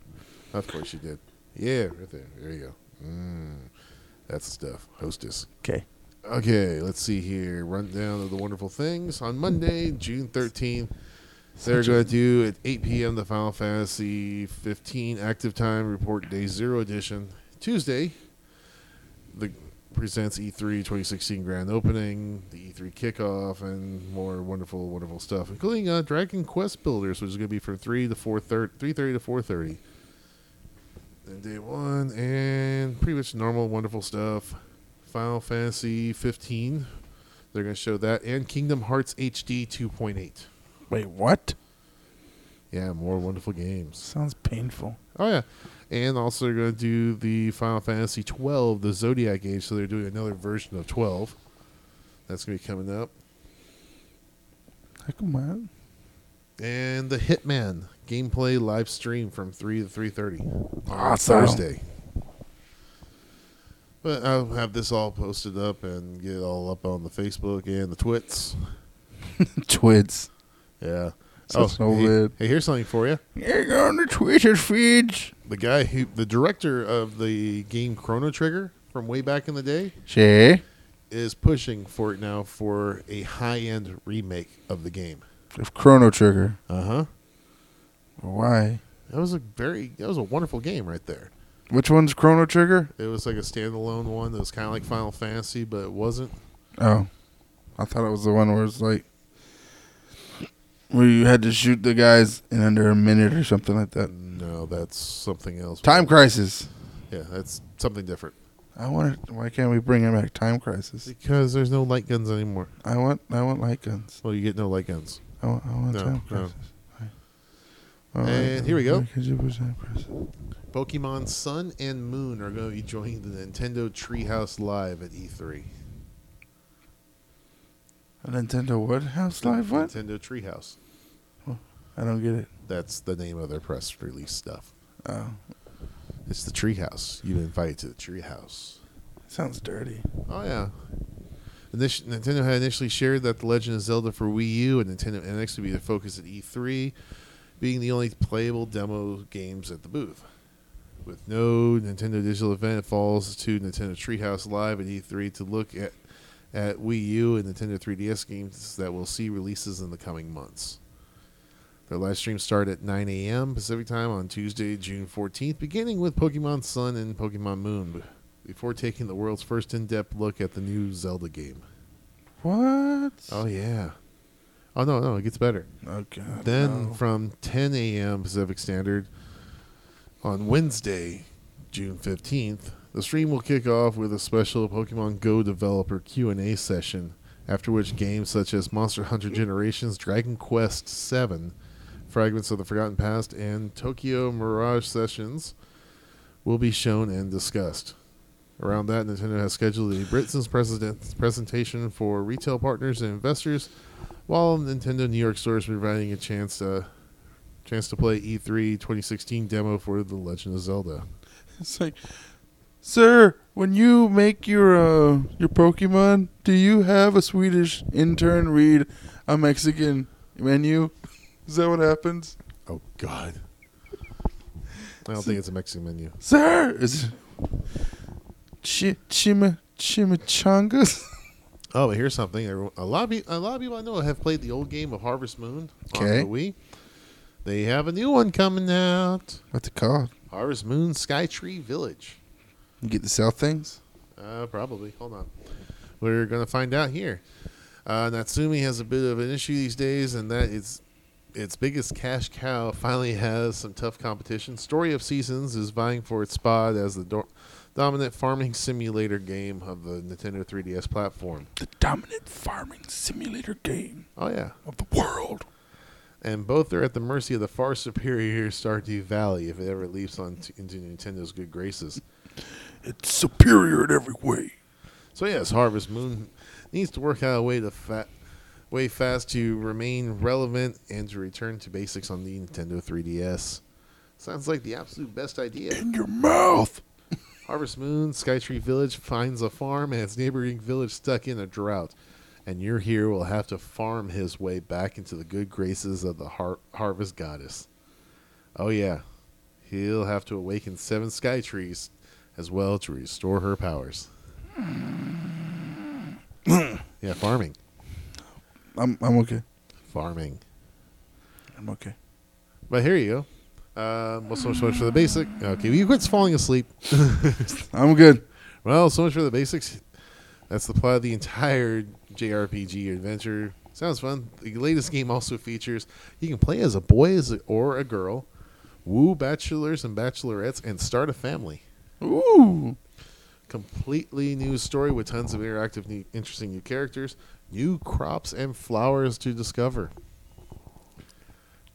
[SPEAKER 5] of course you did. Yeah, right there. There you go. Mm, that's the stuff. Hostess.
[SPEAKER 8] Okay.
[SPEAKER 5] Okay, let's see here. Rundown of the wonderful things on Monday, June thirteenth. They're going to do at 8 p.m. the Final Fantasy 15 Active Time Report Day Zero Edition. Tuesday, the presents E E3 2016 Grand Opening, the E3 kickoff, and more wonderful, wonderful stuff, including uh, Dragon Quest Builders, which is going to be from 3 to 4:30, 3:30 to 4:30. And day one, and pretty much normal, wonderful stuff. Final Fantasy 15. They're going to show that, and Kingdom Hearts HD 2.8.
[SPEAKER 8] Wait, what?
[SPEAKER 5] Yeah, more wonderful games.
[SPEAKER 8] Sounds painful.
[SPEAKER 5] Oh yeah, and also they're going to do the Final Fantasy 12, the Zodiac Age. So they're doing another version of 12. That's going to be coming up,
[SPEAKER 8] How come on?
[SPEAKER 5] and the Hitman gameplay live stream from 3 to 3:30 on
[SPEAKER 8] Awesome. <laughs>
[SPEAKER 5] Thursday. But I'll have this all posted up and get it all up on the Facebook and the Twits.
[SPEAKER 8] Twids.
[SPEAKER 5] Yeah.
[SPEAKER 8] Such an old
[SPEAKER 5] hey,
[SPEAKER 8] lid.
[SPEAKER 5] hey, here's something for you.
[SPEAKER 8] You're going to Twitter feeds.
[SPEAKER 5] The guy who, the director of the game Chrono Trigger from way back in the day,
[SPEAKER 8] Shay.
[SPEAKER 5] is pushing for it now for a high-end remake of the game.
[SPEAKER 8] Of Chrono Trigger.
[SPEAKER 5] Uh huh.
[SPEAKER 8] Why?
[SPEAKER 5] That was a very, that was a wonderful game right there.
[SPEAKER 8] Which one's Chrono Trigger?
[SPEAKER 5] It was like a standalone one that was kind of like Final Fantasy, but it wasn't.
[SPEAKER 8] Oh. I thought it was the one where it's like where you had to shoot the guys in under a minute or something like that.
[SPEAKER 5] No, that's something else.
[SPEAKER 8] Time Crisis.
[SPEAKER 5] Yeah, that's something different.
[SPEAKER 8] I want. Why can't we bring him back? Time Crisis.
[SPEAKER 5] Because there's no light guns anymore.
[SPEAKER 8] I want. I want light guns.
[SPEAKER 5] Well, you get no light guns.
[SPEAKER 8] I want. I want
[SPEAKER 5] No,
[SPEAKER 8] Time
[SPEAKER 5] no.
[SPEAKER 8] Crisis. Alright. Alright,
[SPEAKER 5] And here we go.
[SPEAKER 8] why can't you put Time Crisis?
[SPEAKER 5] Pokemon Sun and Moon are going to be joining the Nintendo Treehouse Live at E E3.
[SPEAKER 8] A Nintendo what house live? What?
[SPEAKER 5] Nintendo Treehouse.
[SPEAKER 8] I don't get it.
[SPEAKER 5] That's the name of their press release stuff.
[SPEAKER 8] Oh,
[SPEAKER 5] It's the Treehouse. You've been invited to the Treehouse.
[SPEAKER 8] sounds dirty.
[SPEAKER 5] Oh yeah. Init- Nintendo had initially shared that The Legend of Zelda for Wii U and Nintendo NX would be the focus at E3, being the only playable demo games at the booth. With no Nintendo Digital event, it falls to Nintendo Treehouse Live at E3 to look at at Wii U and Nintendo 3DS games that will see releases in the coming months. Their live streams start at 9 a.m. Pacific time on Tuesday, June 14th, beginning with Pokemon Sun and Pokemon Moon, before taking the world's first in depth look at the new Zelda game.
[SPEAKER 8] What?
[SPEAKER 5] Oh, yeah. Oh, no, no, it gets better.
[SPEAKER 8] Oh god.
[SPEAKER 5] Then
[SPEAKER 8] no.
[SPEAKER 5] from 10 a.m. Pacific Standard on Wednesday, June 15th, the stream will kick off with a special Pokemon Go developer Q&A session, after which games such as Monster Hunter Generations, Dragon Quest VII, Fragments of the Forgotten Past, and Tokyo Mirage Sessions will be shown and discussed. Around that, Nintendo has scheduled a Britson's president presentation for retail partners and investors, while Nintendo New York stores providing a chance to chance to play E E3 2016 demo for The Legend of Zelda.
[SPEAKER 4] <laughs> It's like, sir, when you make your uh, your Pokemon, do you have a Swedish intern read a Mexican menu? <laughs> Is that what happens,
[SPEAKER 5] Oh God! I don't think it's a Mexican menu.
[SPEAKER 4] sir? Is it <laughs> chi- chima chimichangas? <laughs>
[SPEAKER 5] Oh, but here's something. Everyone, a lot of people, a lot of people I know have played the old game of Harvest Moon
[SPEAKER 4] Okay.
[SPEAKER 5] on the Wii. They have a new one coming out.
[SPEAKER 4] What's it called?
[SPEAKER 5] Harvest Moon Skytree Village.
[SPEAKER 4] You get to sell things.
[SPEAKER 5] Uh, probably. Hold on. We're going to find out here. Uh, Natsumi has a bit of an issue these days, and that it's its biggest cash cow <laughs> finally has some tough competition. Story of Seasons is vying for its spot as the do- dominant farming <laughs> simulator game of the Nintendo 3DS platform.
[SPEAKER 4] The dominant farming simulator game
[SPEAKER 5] Oh yeah,
[SPEAKER 4] of the world.
[SPEAKER 5] and both are at the mercy of the far <laughs> superior Stardew Valley if it ever leaps on t- into Nintendo's good graces.
[SPEAKER 4] It's superior in every way.
[SPEAKER 5] So yes, Harvest Moon needs to work out a way to fa- way fast to remain relevant and to return to basics on the Nintendo 3DS. Sounds like the absolute best idea.
[SPEAKER 4] In your mouth.
[SPEAKER 5] Harvest Moon Skytree Village finds a farm and its neighboring village stuck in a drought, and your hero will have to farm his way back into the good graces of the har- harvest goddess. Oh yeah, he'll have to awaken seven sky trees as well to restore her powers. yeah, farming,
[SPEAKER 4] I'm I'm okay.
[SPEAKER 5] farming.
[SPEAKER 4] I'm okay.
[SPEAKER 5] But here you go. Uh, well, so much for the basic. Okay, you quit falling asleep.
[SPEAKER 4] I'm good.
[SPEAKER 5] Well, so much for the basics. That's the plot of the entire JRPG adventure. Sounds fun. The latest game also features you can play as a boy as a, or a girl, woo bachelors and bachelorettes, and start a family.
[SPEAKER 4] Ooh.
[SPEAKER 5] Completely new story with tons of interactive, new, interesting new characters, new crops and flowers to discover.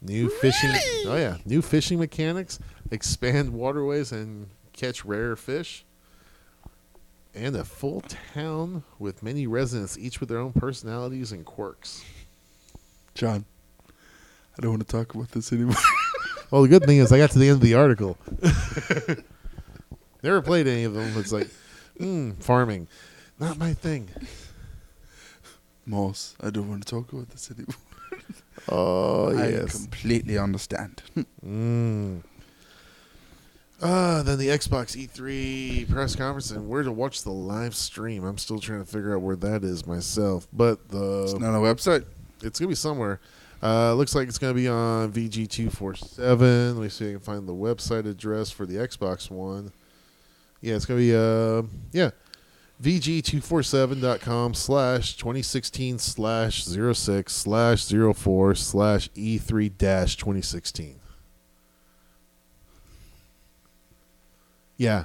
[SPEAKER 5] New fishing. Oh yeah, new fishing mechanics. Expand waterways and catch rare fish. And a full town with many residents, each with their own personalities and quirks.
[SPEAKER 4] John, I don't want to talk about this anymore. <laughs>
[SPEAKER 5] Well, the good thing is I got to the end of the article. <laughs> Never played any of them. It's like, mm, farming, not my thing.
[SPEAKER 4] Moss, I don't want to talk about this anymore.
[SPEAKER 5] Oh
[SPEAKER 4] I completely understand. <laughs>
[SPEAKER 5] Mm. Uh, then the Xbox E3 press conference and where to watch the live stream. I'm still trying to figure out where that is myself, but the
[SPEAKER 4] it's not a website.
[SPEAKER 5] it's gonna be somewhere. Uh, looks like it's gonna be on VG two four seven. Let me see if I can find the website address for the Xbox One. Yeah, it's gonna be uh yeah, VG two four seven dot com slash twenty sixteen slash 06 slash 04 slash E three dash twenty sixteen. Yeah.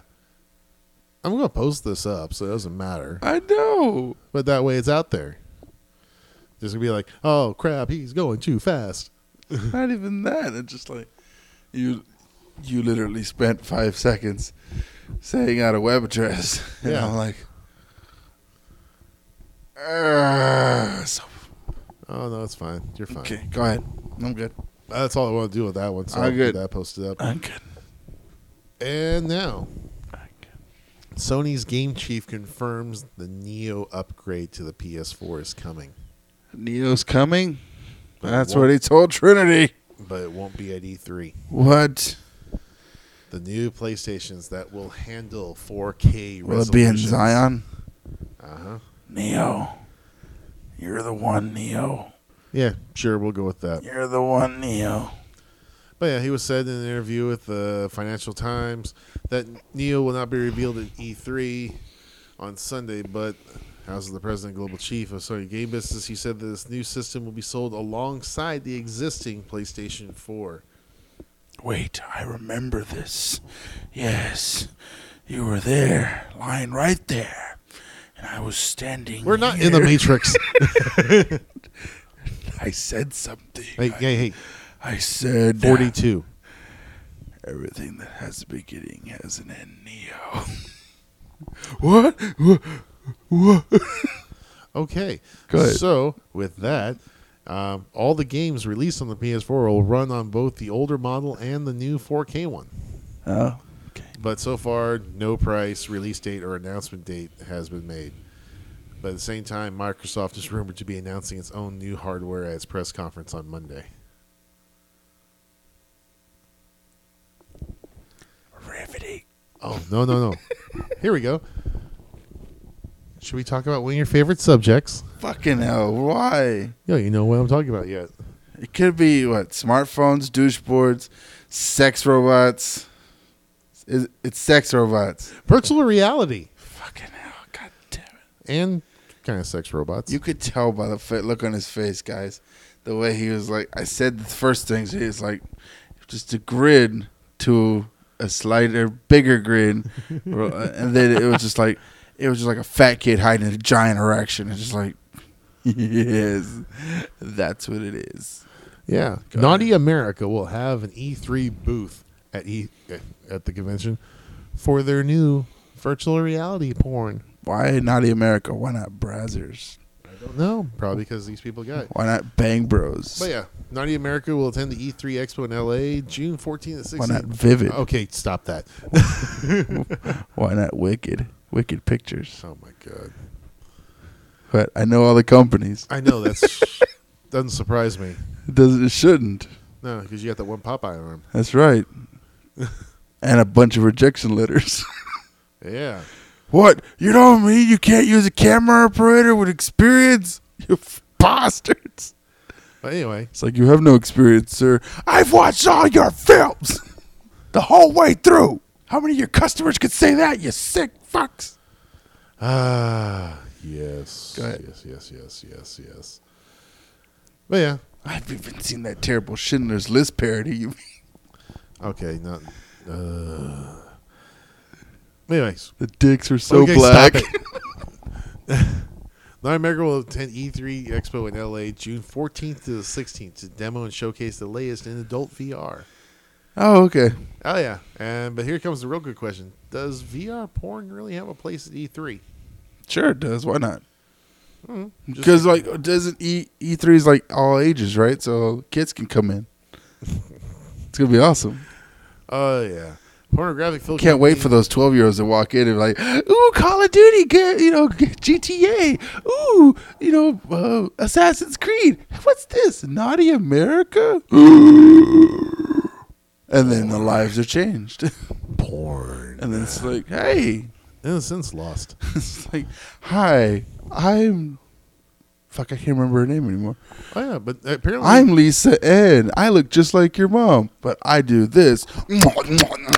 [SPEAKER 5] I'm gonna post this up, so it doesn't matter.
[SPEAKER 4] I know. <laughs>
[SPEAKER 5] But that way it's out there. There's gonna be like, oh crap, he's going too fast.
[SPEAKER 4] not even that. It's just like you. You literally spent five seconds saying out a web address, <laughs> and
[SPEAKER 5] Yeah.
[SPEAKER 4] I'm like, "Ah, so,
[SPEAKER 5] Oh no, it's fine. You're fine.
[SPEAKER 4] okay, go ahead. I'm good.
[SPEAKER 5] That's all I want to do with that one. So
[SPEAKER 4] I'm
[SPEAKER 5] I'll get
[SPEAKER 4] good.
[SPEAKER 5] that posted up.
[SPEAKER 4] I'm good.
[SPEAKER 5] And now,
[SPEAKER 4] I'm good.
[SPEAKER 5] Sony's game chief confirms the Neo upgrade to the PS4 is coming,
[SPEAKER 4] Neo's coming.
[SPEAKER 5] But
[SPEAKER 4] That's
[SPEAKER 5] won't-
[SPEAKER 4] what he told Trinity.
[SPEAKER 5] but it won't be at E3.
[SPEAKER 4] What?
[SPEAKER 5] The new PlayStations that will handle 4K.
[SPEAKER 4] Will it be in
[SPEAKER 5] resolutions.
[SPEAKER 4] Zion?
[SPEAKER 5] Uh-huh.
[SPEAKER 4] Neo. You're the one, Neo.
[SPEAKER 5] Yeah, sure, we'll go with that.
[SPEAKER 4] You're the one, Neo.
[SPEAKER 5] But yeah, he was said in an interview with the Financial Times that Neo will not be revealed at E3 on Sunday, but as the president and global chief of Sony Game Business, he said that this new system will be sold alongside the existing PlayStation 4.
[SPEAKER 4] Wait, I remember this. Yes. You were there, lying right there. And I was standing.
[SPEAKER 5] We're not in the
[SPEAKER 4] here.
[SPEAKER 5] Matrix.
[SPEAKER 4] I said something.
[SPEAKER 5] hey, hey, hey,
[SPEAKER 4] I said uh,
[SPEAKER 5] 42.
[SPEAKER 4] Everything that has a beginning has an end, Neo. <laughs> What? Wha- wha-
[SPEAKER 5] Okay.
[SPEAKER 4] Go ahead.
[SPEAKER 5] So with that, um, all the games released on the PS4 will run on both the older model and the new 4K one.
[SPEAKER 9] Oh,
[SPEAKER 5] But so far, no price, release date, or announcement date has been made. But at the same time, Microsoft is rumored to be announcing its own new hardware at its press conference on Monday.
[SPEAKER 9] riveting.
[SPEAKER 5] Oh no no no! Here we go. Should we talk about one of your favorite subjects?
[SPEAKER 4] Fucking hell! Why?
[SPEAKER 5] Yo, you know what I'm talking about yet?
[SPEAKER 4] It could be what smartphones, doucheboards, sex robots. It's, it's sex robots.
[SPEAKER 5] Virtual reality
[SPEAKER 4] Fucking hell! God damn it!
[SPEAKER 5] and kind of sex robots.
[SPEAKER 4] You could tell by the fa- look on his face, guys. The way he was like, I said the first things. He was like, just a grid to a slighter, bigger <laughs> grid, Well, uh, and then it was just like, it was just like a fat kid hiding a giant erection. It's just like, <laughs> yes, that's what it is.
[SPEAKER 5] Yeah, Naughty America will have an E3 booth at e at the convention for their new virtual reality porn.
[SPEAKER 4] Why naughty America? Why not Brazzers?
[SPEAKER 5] I don't know, probably because these people got it.
[SPEAKER 4] Why not Bang Bros?
[SPEAKER 5] But yeah, Naughty America will attend the E3 Expo in LA, June 14th to
[SPEAKER 4] Why not
[SPEAKER 5] 16th.
[SPEAKER 4] Vivid?
[SPEAKER 5] Okay, stop that.
[SPEAKER 4] Why not Wicked? Wicked Pictures.
[SPEAKER 5] oh my god,
[SPEAKER 4] But I know all the companies.
[SPEAKER 5] I know <laughs> that's doesn't surprise me.
[SPEAKER 4] It doesn't. It shouldn't.
[SPEAKER 5] No, because you got that one Popeye arm.
[SPEAKER 4] That's
[SPEAKER 5] <laughs>
[SPEAKER 4] right. and a bunch of rejection letters. <laughs>
[SPEAKER 5] Yeah,
[SPEAKER 4] what? You know me? You can't use a camera operator with experience? <laughs> You f- bastards.
[SPEAKER 5] but anyway,
[SPEAKER 4] It's like, you have no experience, sir. I've watched all your films <laughs> the whole way through. How many of your customers could say that, you sick fucks?
[SPEAKER 5] ah, yes,
[SPEAKER 4] Go ahead.
[SPEAKER 5] yes, yes, yes, yes, yes. But yeah,
[SPEAKER 4] I've even seen that terrible Schindler's List parody. You <laughs>
[SPEAKER 5] Okay, not. Uh, anyways,
[SPEAKER 4] the dicks are so
[SPEAKER 5] okay,
[SPEAKER 4] black.
[SPEAKER 5] Stop it.
[SPEAKER 4] <laughs>
[SPEAKER 5] <laughs> Naughty America will attend E3 E Expo in LA June 14th to the 16th to demo and showcase the latest in adult VR.
[SPEAKER 4] Oh, okay.
[SPEAKER 5] Oh yeah, and but here comes the real good question: Does VR porn really have a place at E E3?
[SPEAKER 4] Sure, it does. Why not?
[SPEAKER 5] Just-
[SPEAKER 4] Because like, doesn't E E three is like all ages, right? So kids can come in. it's gonna be awesome.
[SPEAKER 5] Oh yeah, pornographic film.
[SPEAKER 4] Can't wait
[SPEAKER 5] company-
[SPEAKER 4] for those twelve year olds to walk in and like, ooh, Call of Duty, get, you know, get GTA, ooh, you know, uh, Assassin's Creed. What's this, Naughty America? and then the lives are changed,
[SPEAKER 5] porn.
[SPEAKER 4] and then it's like, hey,
[SPEAKER 5] Innocence lost.
[SPEAKER 4] <laughs> it's like, hi, I'm. Fuck, I can't remember her name anymore.
[SPEAKER 5] Oh yeah, but apparently
[SPEAKER 4] I'm Lisa N. I look just like your mom, but I do this.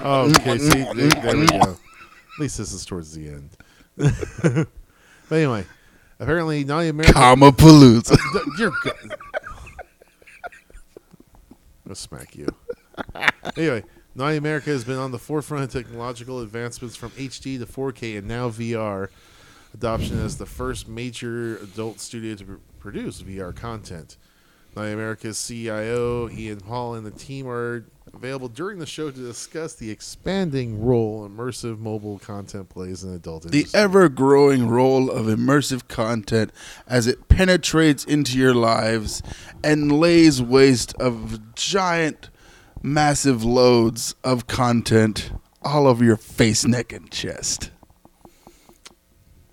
[SPEAKER 5] Oh, okay. See, there,
[SPEAKER 4] <laughs>
[SPEAKER 5] there we go. At least this is towards the end. <laughs> but anyway, apparently Naughty America.
[SPEAKER 4] Comma palooza.
[SPEAKER 5] Th- You're good. I'm gonna smack you. Anyway, Naughty America has been on the forefront of technological advancements from HD to 4K and now VR adoption as the first major adult studio to pr- produce VR content. Naughty America's CIO Ian Paul and the team are available during the show to discuss the expanding role immersive mobile content plays in adult
[SPEAKER 4] The
[SPEAKER 5] industry.
[SPEAKER 4] ever growing role of immersive content as it penetrates into your lives and lays waste of giant, massive loads of content all over your face, neck, and chest.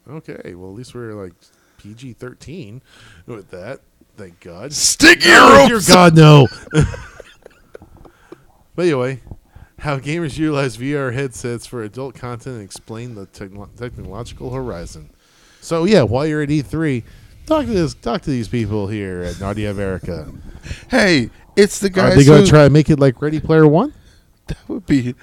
[SPEAKER 5] Okay, well at least we're like PG thirteen with that. Thank
[SPEAKER 4] <laughs>
[SPEAKER 5] God.
[SPEAKER 4] Stick your
[SPEAKER 5] Oh,
[SPEAKER 4] ropes
[SPEAKER 5] dear
[SPEAKER 4] <laughs>
[SPEAKER 5] God, no. but anyway, how gamers utilize VR headsets for adult content and explain the techno- technological horizon. So yeah, while you're at E3, talk to this, talk to these people here at Naughty America.
[SPEAKER 4] Hey, it's the
[SPEAKER 5] Are
[SPEAKER 4] guys
[SPEAKER 5] they going
[SPEAKER 4] who-
[SPEAKER 5] to try and make it like Ready Player One
[SPEAKER 4] that would be.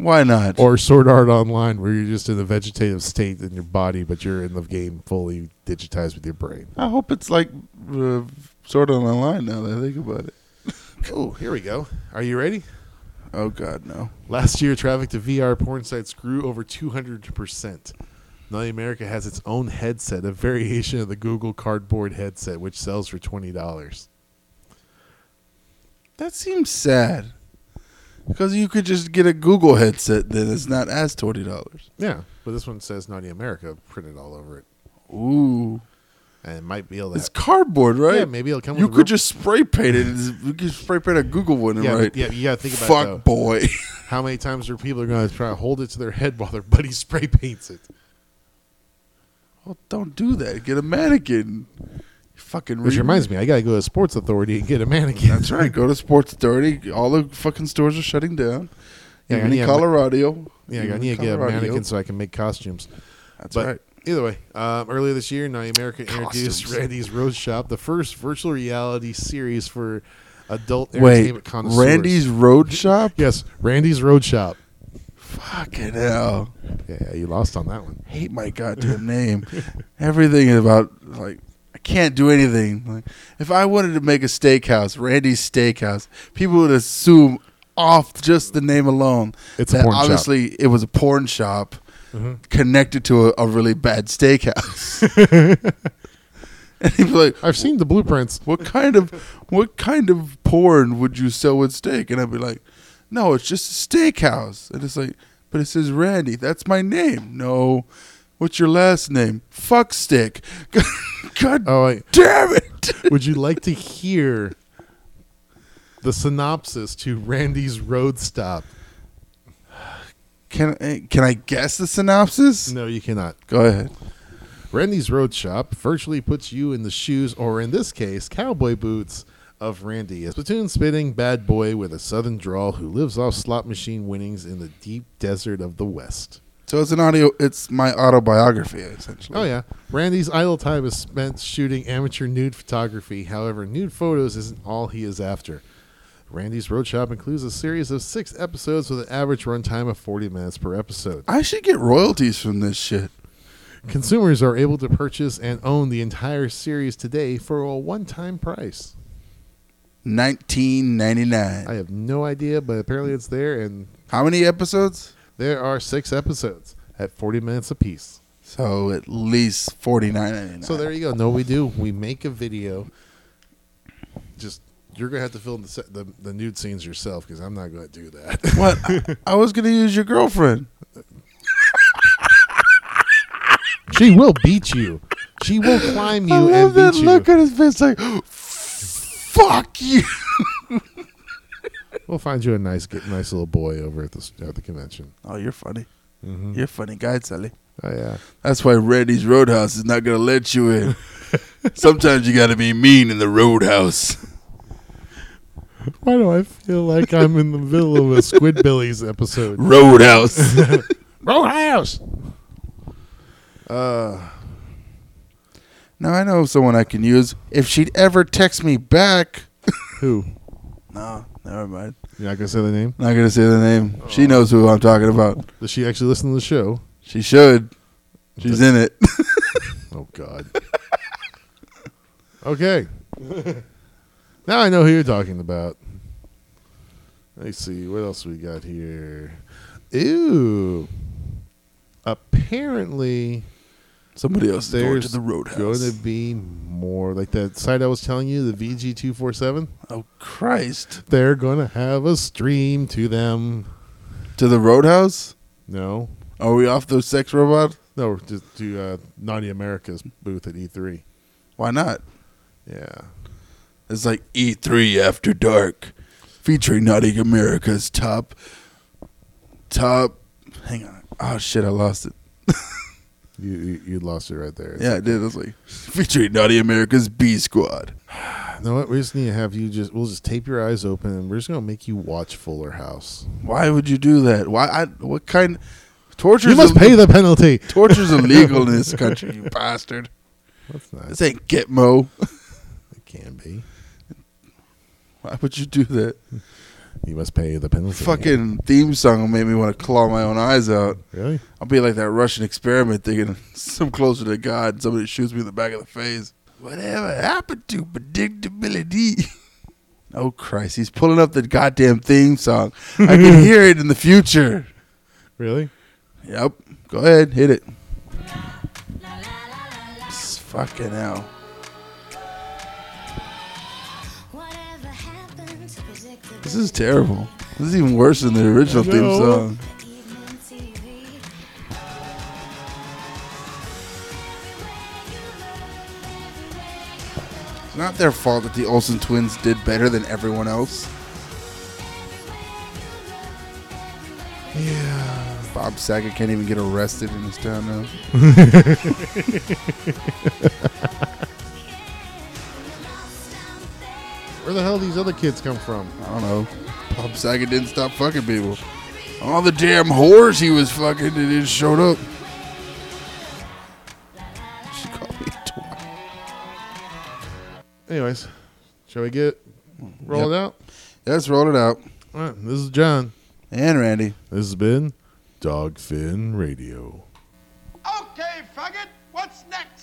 [SPEAKER 4] Why not?
[SPEAKER 5] or Sword Art Online, where you're just in a vegetative state in your body, but you're in the game fully digitized with your brain?
[SPEAKER 4] I hope it's like uh, sort of online now that I think about it. <laughs>
[SPEAKER 5] Oh, here we go. Are you ready?
[SPEAKER 4] Oh God, no!
[SPEAKER 5] Last year, traffic to VR porn sites grew over 200%. Naughty America has its own headset, a variation of the Google Cardboard headset, which sells for $20.
[SPEAKER 4] That seems sad. Because you could just get a Google headset. Then it's not as twenty dollars.
[SPEAKER 5] Yeah. But this one says Naughty America printed all over it,
[SPEAKER 8] Ooh.
[SPEAKER 5] and it might be all that.
[SPEAKER 8] It's cardboard, right?
[SPEAKER 5] Yeah, maybe it'll come
[SPEAKER 8] You
[SPEAKER 5] with a
[SPEAKER 8] could
[SPEAKER 5] rip-
[SPEAKER 8] just spray paint it. It's- You could spray paint a Google one, and
[SPEAKER 5] Yeah, but-
[SPEAKER 8] right?
[SPEAKER 5] yeah, you gotta think about it,
[SPEAKER 8] Fuck,
[SPEAKER 5] though.
[SPEAKER 4] <laughs>
[SPEAKER 8] boy.
[SPEAKER 5] How many times are people are going to try to hold it to their head while their buddy spray paints it?
[SPEAKER 8] well, don't do that. Get a mannequin. You fucking.
[SPEAKER 5] Which
[SPEAKER 8] re-
[SPEAKER 5] reminds me, I gotta go to Sports Authority and get a mannequin.
[SPEAKER 8] That's right. Go to Sports Authority. All the fucking stores are shutting down.
[SPEAKER 5] Yeah,
[SPEAKER 8] Yeah,
[SPEAKER 5] I need
[SPEAKER 8] in
[SPEAKER 5] a-
[SPEAKER 8] Colorado.
[SPEAKER 5] Yeah,
[SPEAKER 8] Even
[SPEAKER 5] I
[SPEAKER 8] in
[SPEAKER 5] need to get a
[SPEAKER 8] Colorado.
[SPEAKER 5] mannequin so I can make costumes.
[SPEAKER 8] That's
[SPEAKER 5] but
[SPEAKER 8] right.
[SPEAKER 5] Either way, um, earlier this year, Naughty America introduced
[SPEAKER 8] Costumes.
[SPEAKER 5] Randy's Roast Shop, the first virtual reality series for adult
[SPEAKER 8] Wait,
[SPEAKER 5] entertainment connoisseurs.
[SPEAKER 8] Randy's Road Shop.
[SPEAKER 5] yes, Randy's Road Shop.
[SPEAKER 8] Fucking hell.
[SPEAKER 5] Yeah, you lost on that one.
[SPEAKER 8] hate my
[SPEAKER 5] <laughs>
[SPEAKER 8] goddamn name. Everything about like I can't do anything. Like if I wanted to make a steakhouse, Randy's Steakhouse, people would assume off just the name alone
[SPEAKER 5] It's a
[SPEAKER 8] that
[SPEAKER 5] porn shop. Mm-hmm.
[SPEAKER 8] obviously it was a porn shop connected to a, a really bad
[SPEAKER 5] <laughs>
[SPEAKER 8] steakhouse. <laughs> and he'd be like,
[SPEAKER 5] I've seen the blueprints.
[SPEAKER 8] what kind of what kind of porn would you sell with steak? And I'd be like, no, it's just a steakhouse. And it's like, but it says Randy. That's my name. No, what's your last name? Fuck stick. <laughs> God
[SPEAKER 5] Oh, I,
[SPEAKER 8] damn it.
[SPEAKER 5] would you like to hear the synopsis to Randy's Road Stop?
[SPEAKER 8] Can I- can I guess the synopsis?
[SPEAKER 5] No, you cannot.
[SPEAKER 8] Go ahead.
[SPEAKER 5] Randy's Road Shop virtually puts you in the shoes, or in this case, cowboy boots, of Randy, a platoon spitting bad boy with a southern drawl who lives off slot machine winnings in the deep desert of the West.
[SPEAKER 8] So it's an audio. It's my autobiography essentially.
[SPEAKER 5] Oh, yeah. Randy's idle time is spent shooting amateur nude photography. However, nude photos isn't all he is after. Randy's Road Shop includes a series of six episodes with an average runtime of 40 minutes per episode.
[SPEAKER 8] I should get royalties from this shit.
[SPEAKER 5] Consumers are able to purchase and own the entire series today for a one time price.
[SPEAKER 8] Nineteen ninety
[SPEAKER 5] I
[SPEAKER 8] nine.
[SPEAKER 5] have no idea, but apparently it's there, and
[SPEAKER 8] How many episodes?
[SPEAKER 5] there are six episodes at 40 minutes apiece.
[SPEAKER 8] So at least forty nine ninety nine.
[SPEAKER 5] So there you go. No, we do. We make a video. Just you're gonna have to film the se- the, the nude scenes yourself because I'm not gonna do that.
[SPEAKER 8] What? I, <laughs> I was gonna use your girlfriend.
[SPEAKER 5] <laughs> she will beat you. She <laughs> will climb you
[SPEAKER 8] I love
[SPEAKER 5] and
[SPEAKER 8] that
[SPEAKER 5] beat
[SPEAKER 8] look
[SPEAKER 5] you.
[SPEAKER 8] on his face, like, "Fuck you."
[SPEAKER 5] We'll find you a nice get, nice little boy over at the s- at the convention.
[SPEAKER 8] Oh, you're funny. You're a funny guy, Sally.
[SPEAKER 5] Oh yeah.
[SPEAKER 8] That's why Randy's Roadhouse is not gonna let you <laughs> in. Sometimes you gotta be mean in the Roadhouse.
[SPEAKER 5] Why do I feel like I'm in the middle of a Squidbillies episode?
[SPEAKER 8] Roadhouse. <laughs>
[SPEAKER 5] Roadhouse.
[SPEAKER 8] Uh, now I know someone I can use if she'd ever text me back.
[SPEAKER 5] Who?
[SPEAKER 8] No, never mind.
[SPEAKER 5] You're not gonna say the name?
[SPEAKER 8] Not gonna say the name. She knows who I'm talking about.
[SPEAKER 5] Does she actually listen to the show?
[SPEAKER 8] She should. She's in it. <laughs>
[SPEAKER 5] Oh God. okay. now I know who you're talking about. Let me see what else we got here. Ew. Apparently,
[SPEAKER 8] Somebody else is going
[SPEAKER 5] there's
[SPEAKER 8] to the Roadhouse.
[SPEAKER 5] going to be more like that site I was telling you, the VG two four seven.
[SPEAKER 8] oh Christ!
[SPEAKER 5] They're going to have a stream to them.
[SPEAKER 8] To the Roadhouse?
[SPEAKER 5] No,
[SPEAKER 8] Are we off the sex robot?
[SPEAKER 5] no, to, to uh, Naughty America's booth at E three.
[SPEAKER 8] Why not?
[SPEAKER 5] Yeah,
[SPEAKER 8] It's like E3 After Dark, featuring Naughty America's top, top. Hang on. Oh shit, I lost it.
[SPEAKER 5] you you, you lost it right there.
[SPEAKER 8] Yeah, I did. I was like, <laughs> featuring Naughty America's B Squad.
[SPEAKER 5] You know what? We just need to have you just. We'll just tape your eyes open, and we're just gonna make you watch Fuller House.
[SPEAKER 8] Why would you do that? Why? I, what kind? Torture.
[SPEAKER 5] You must pay the
[SPEAKER 8] <laughs>
[SPEAKER 5] penalty.
[SPEAKER 8] Torture's
[SPEAKER 5] <laughs>
[SPEAKER 8] illegal in this country, you bastard.
[SPEAKER 5] That's nice.
[SPEAKER 8] This ain't Gitmo. <laughs>
[SPEAKER 5] It can be.
[SPEAKER 8] Why would you do that?
[SPEAKER 5] You must pay the penalty.
[SPEAKER 8] Fucking theme song made me want to claw my own eyes out.
[SPEAKER 5] Really?
[SPEAKER 8] I'll be like that Russian experiment thinking <laughs> I'm closer to God and somebody shoots me in the back of the face. Whatever happened to predictability? <laughs> oh, Christ. He's pulling up the goddamn theme song. I can hear it in the future.
[SPEAKER 5] Really?
[SPEAKER 8] Yep. Go ahead. Hit it. It's fucking hell. This is terrible. This is even worse than the original theme
[SPEAKER 5] No.
[SPEAKER 8] song. not their fault that the Olsen twins did better than everyone else. Yeah. Bob Saget can't even get arrested in this town now.
[SPEAKER 5] Where the hell these other kids come from?
[SPEAKER 8] I don't know. Bob Saget didn't stop fucking people. All the damn whores he was fucking, they just showed up. She called me <laughs> a twat.
[SPEAKER 5] Anyways, shall we get roll it out?
[SPEAKER 8] Let's roll it out.
[SPEAKER 5] All right, this is John.
[SPEAKER 8] And Randy.
[SPEAKER 5] This has been Dogfin Radio.
[SPEAKER 2] Okay, faggot, what's next?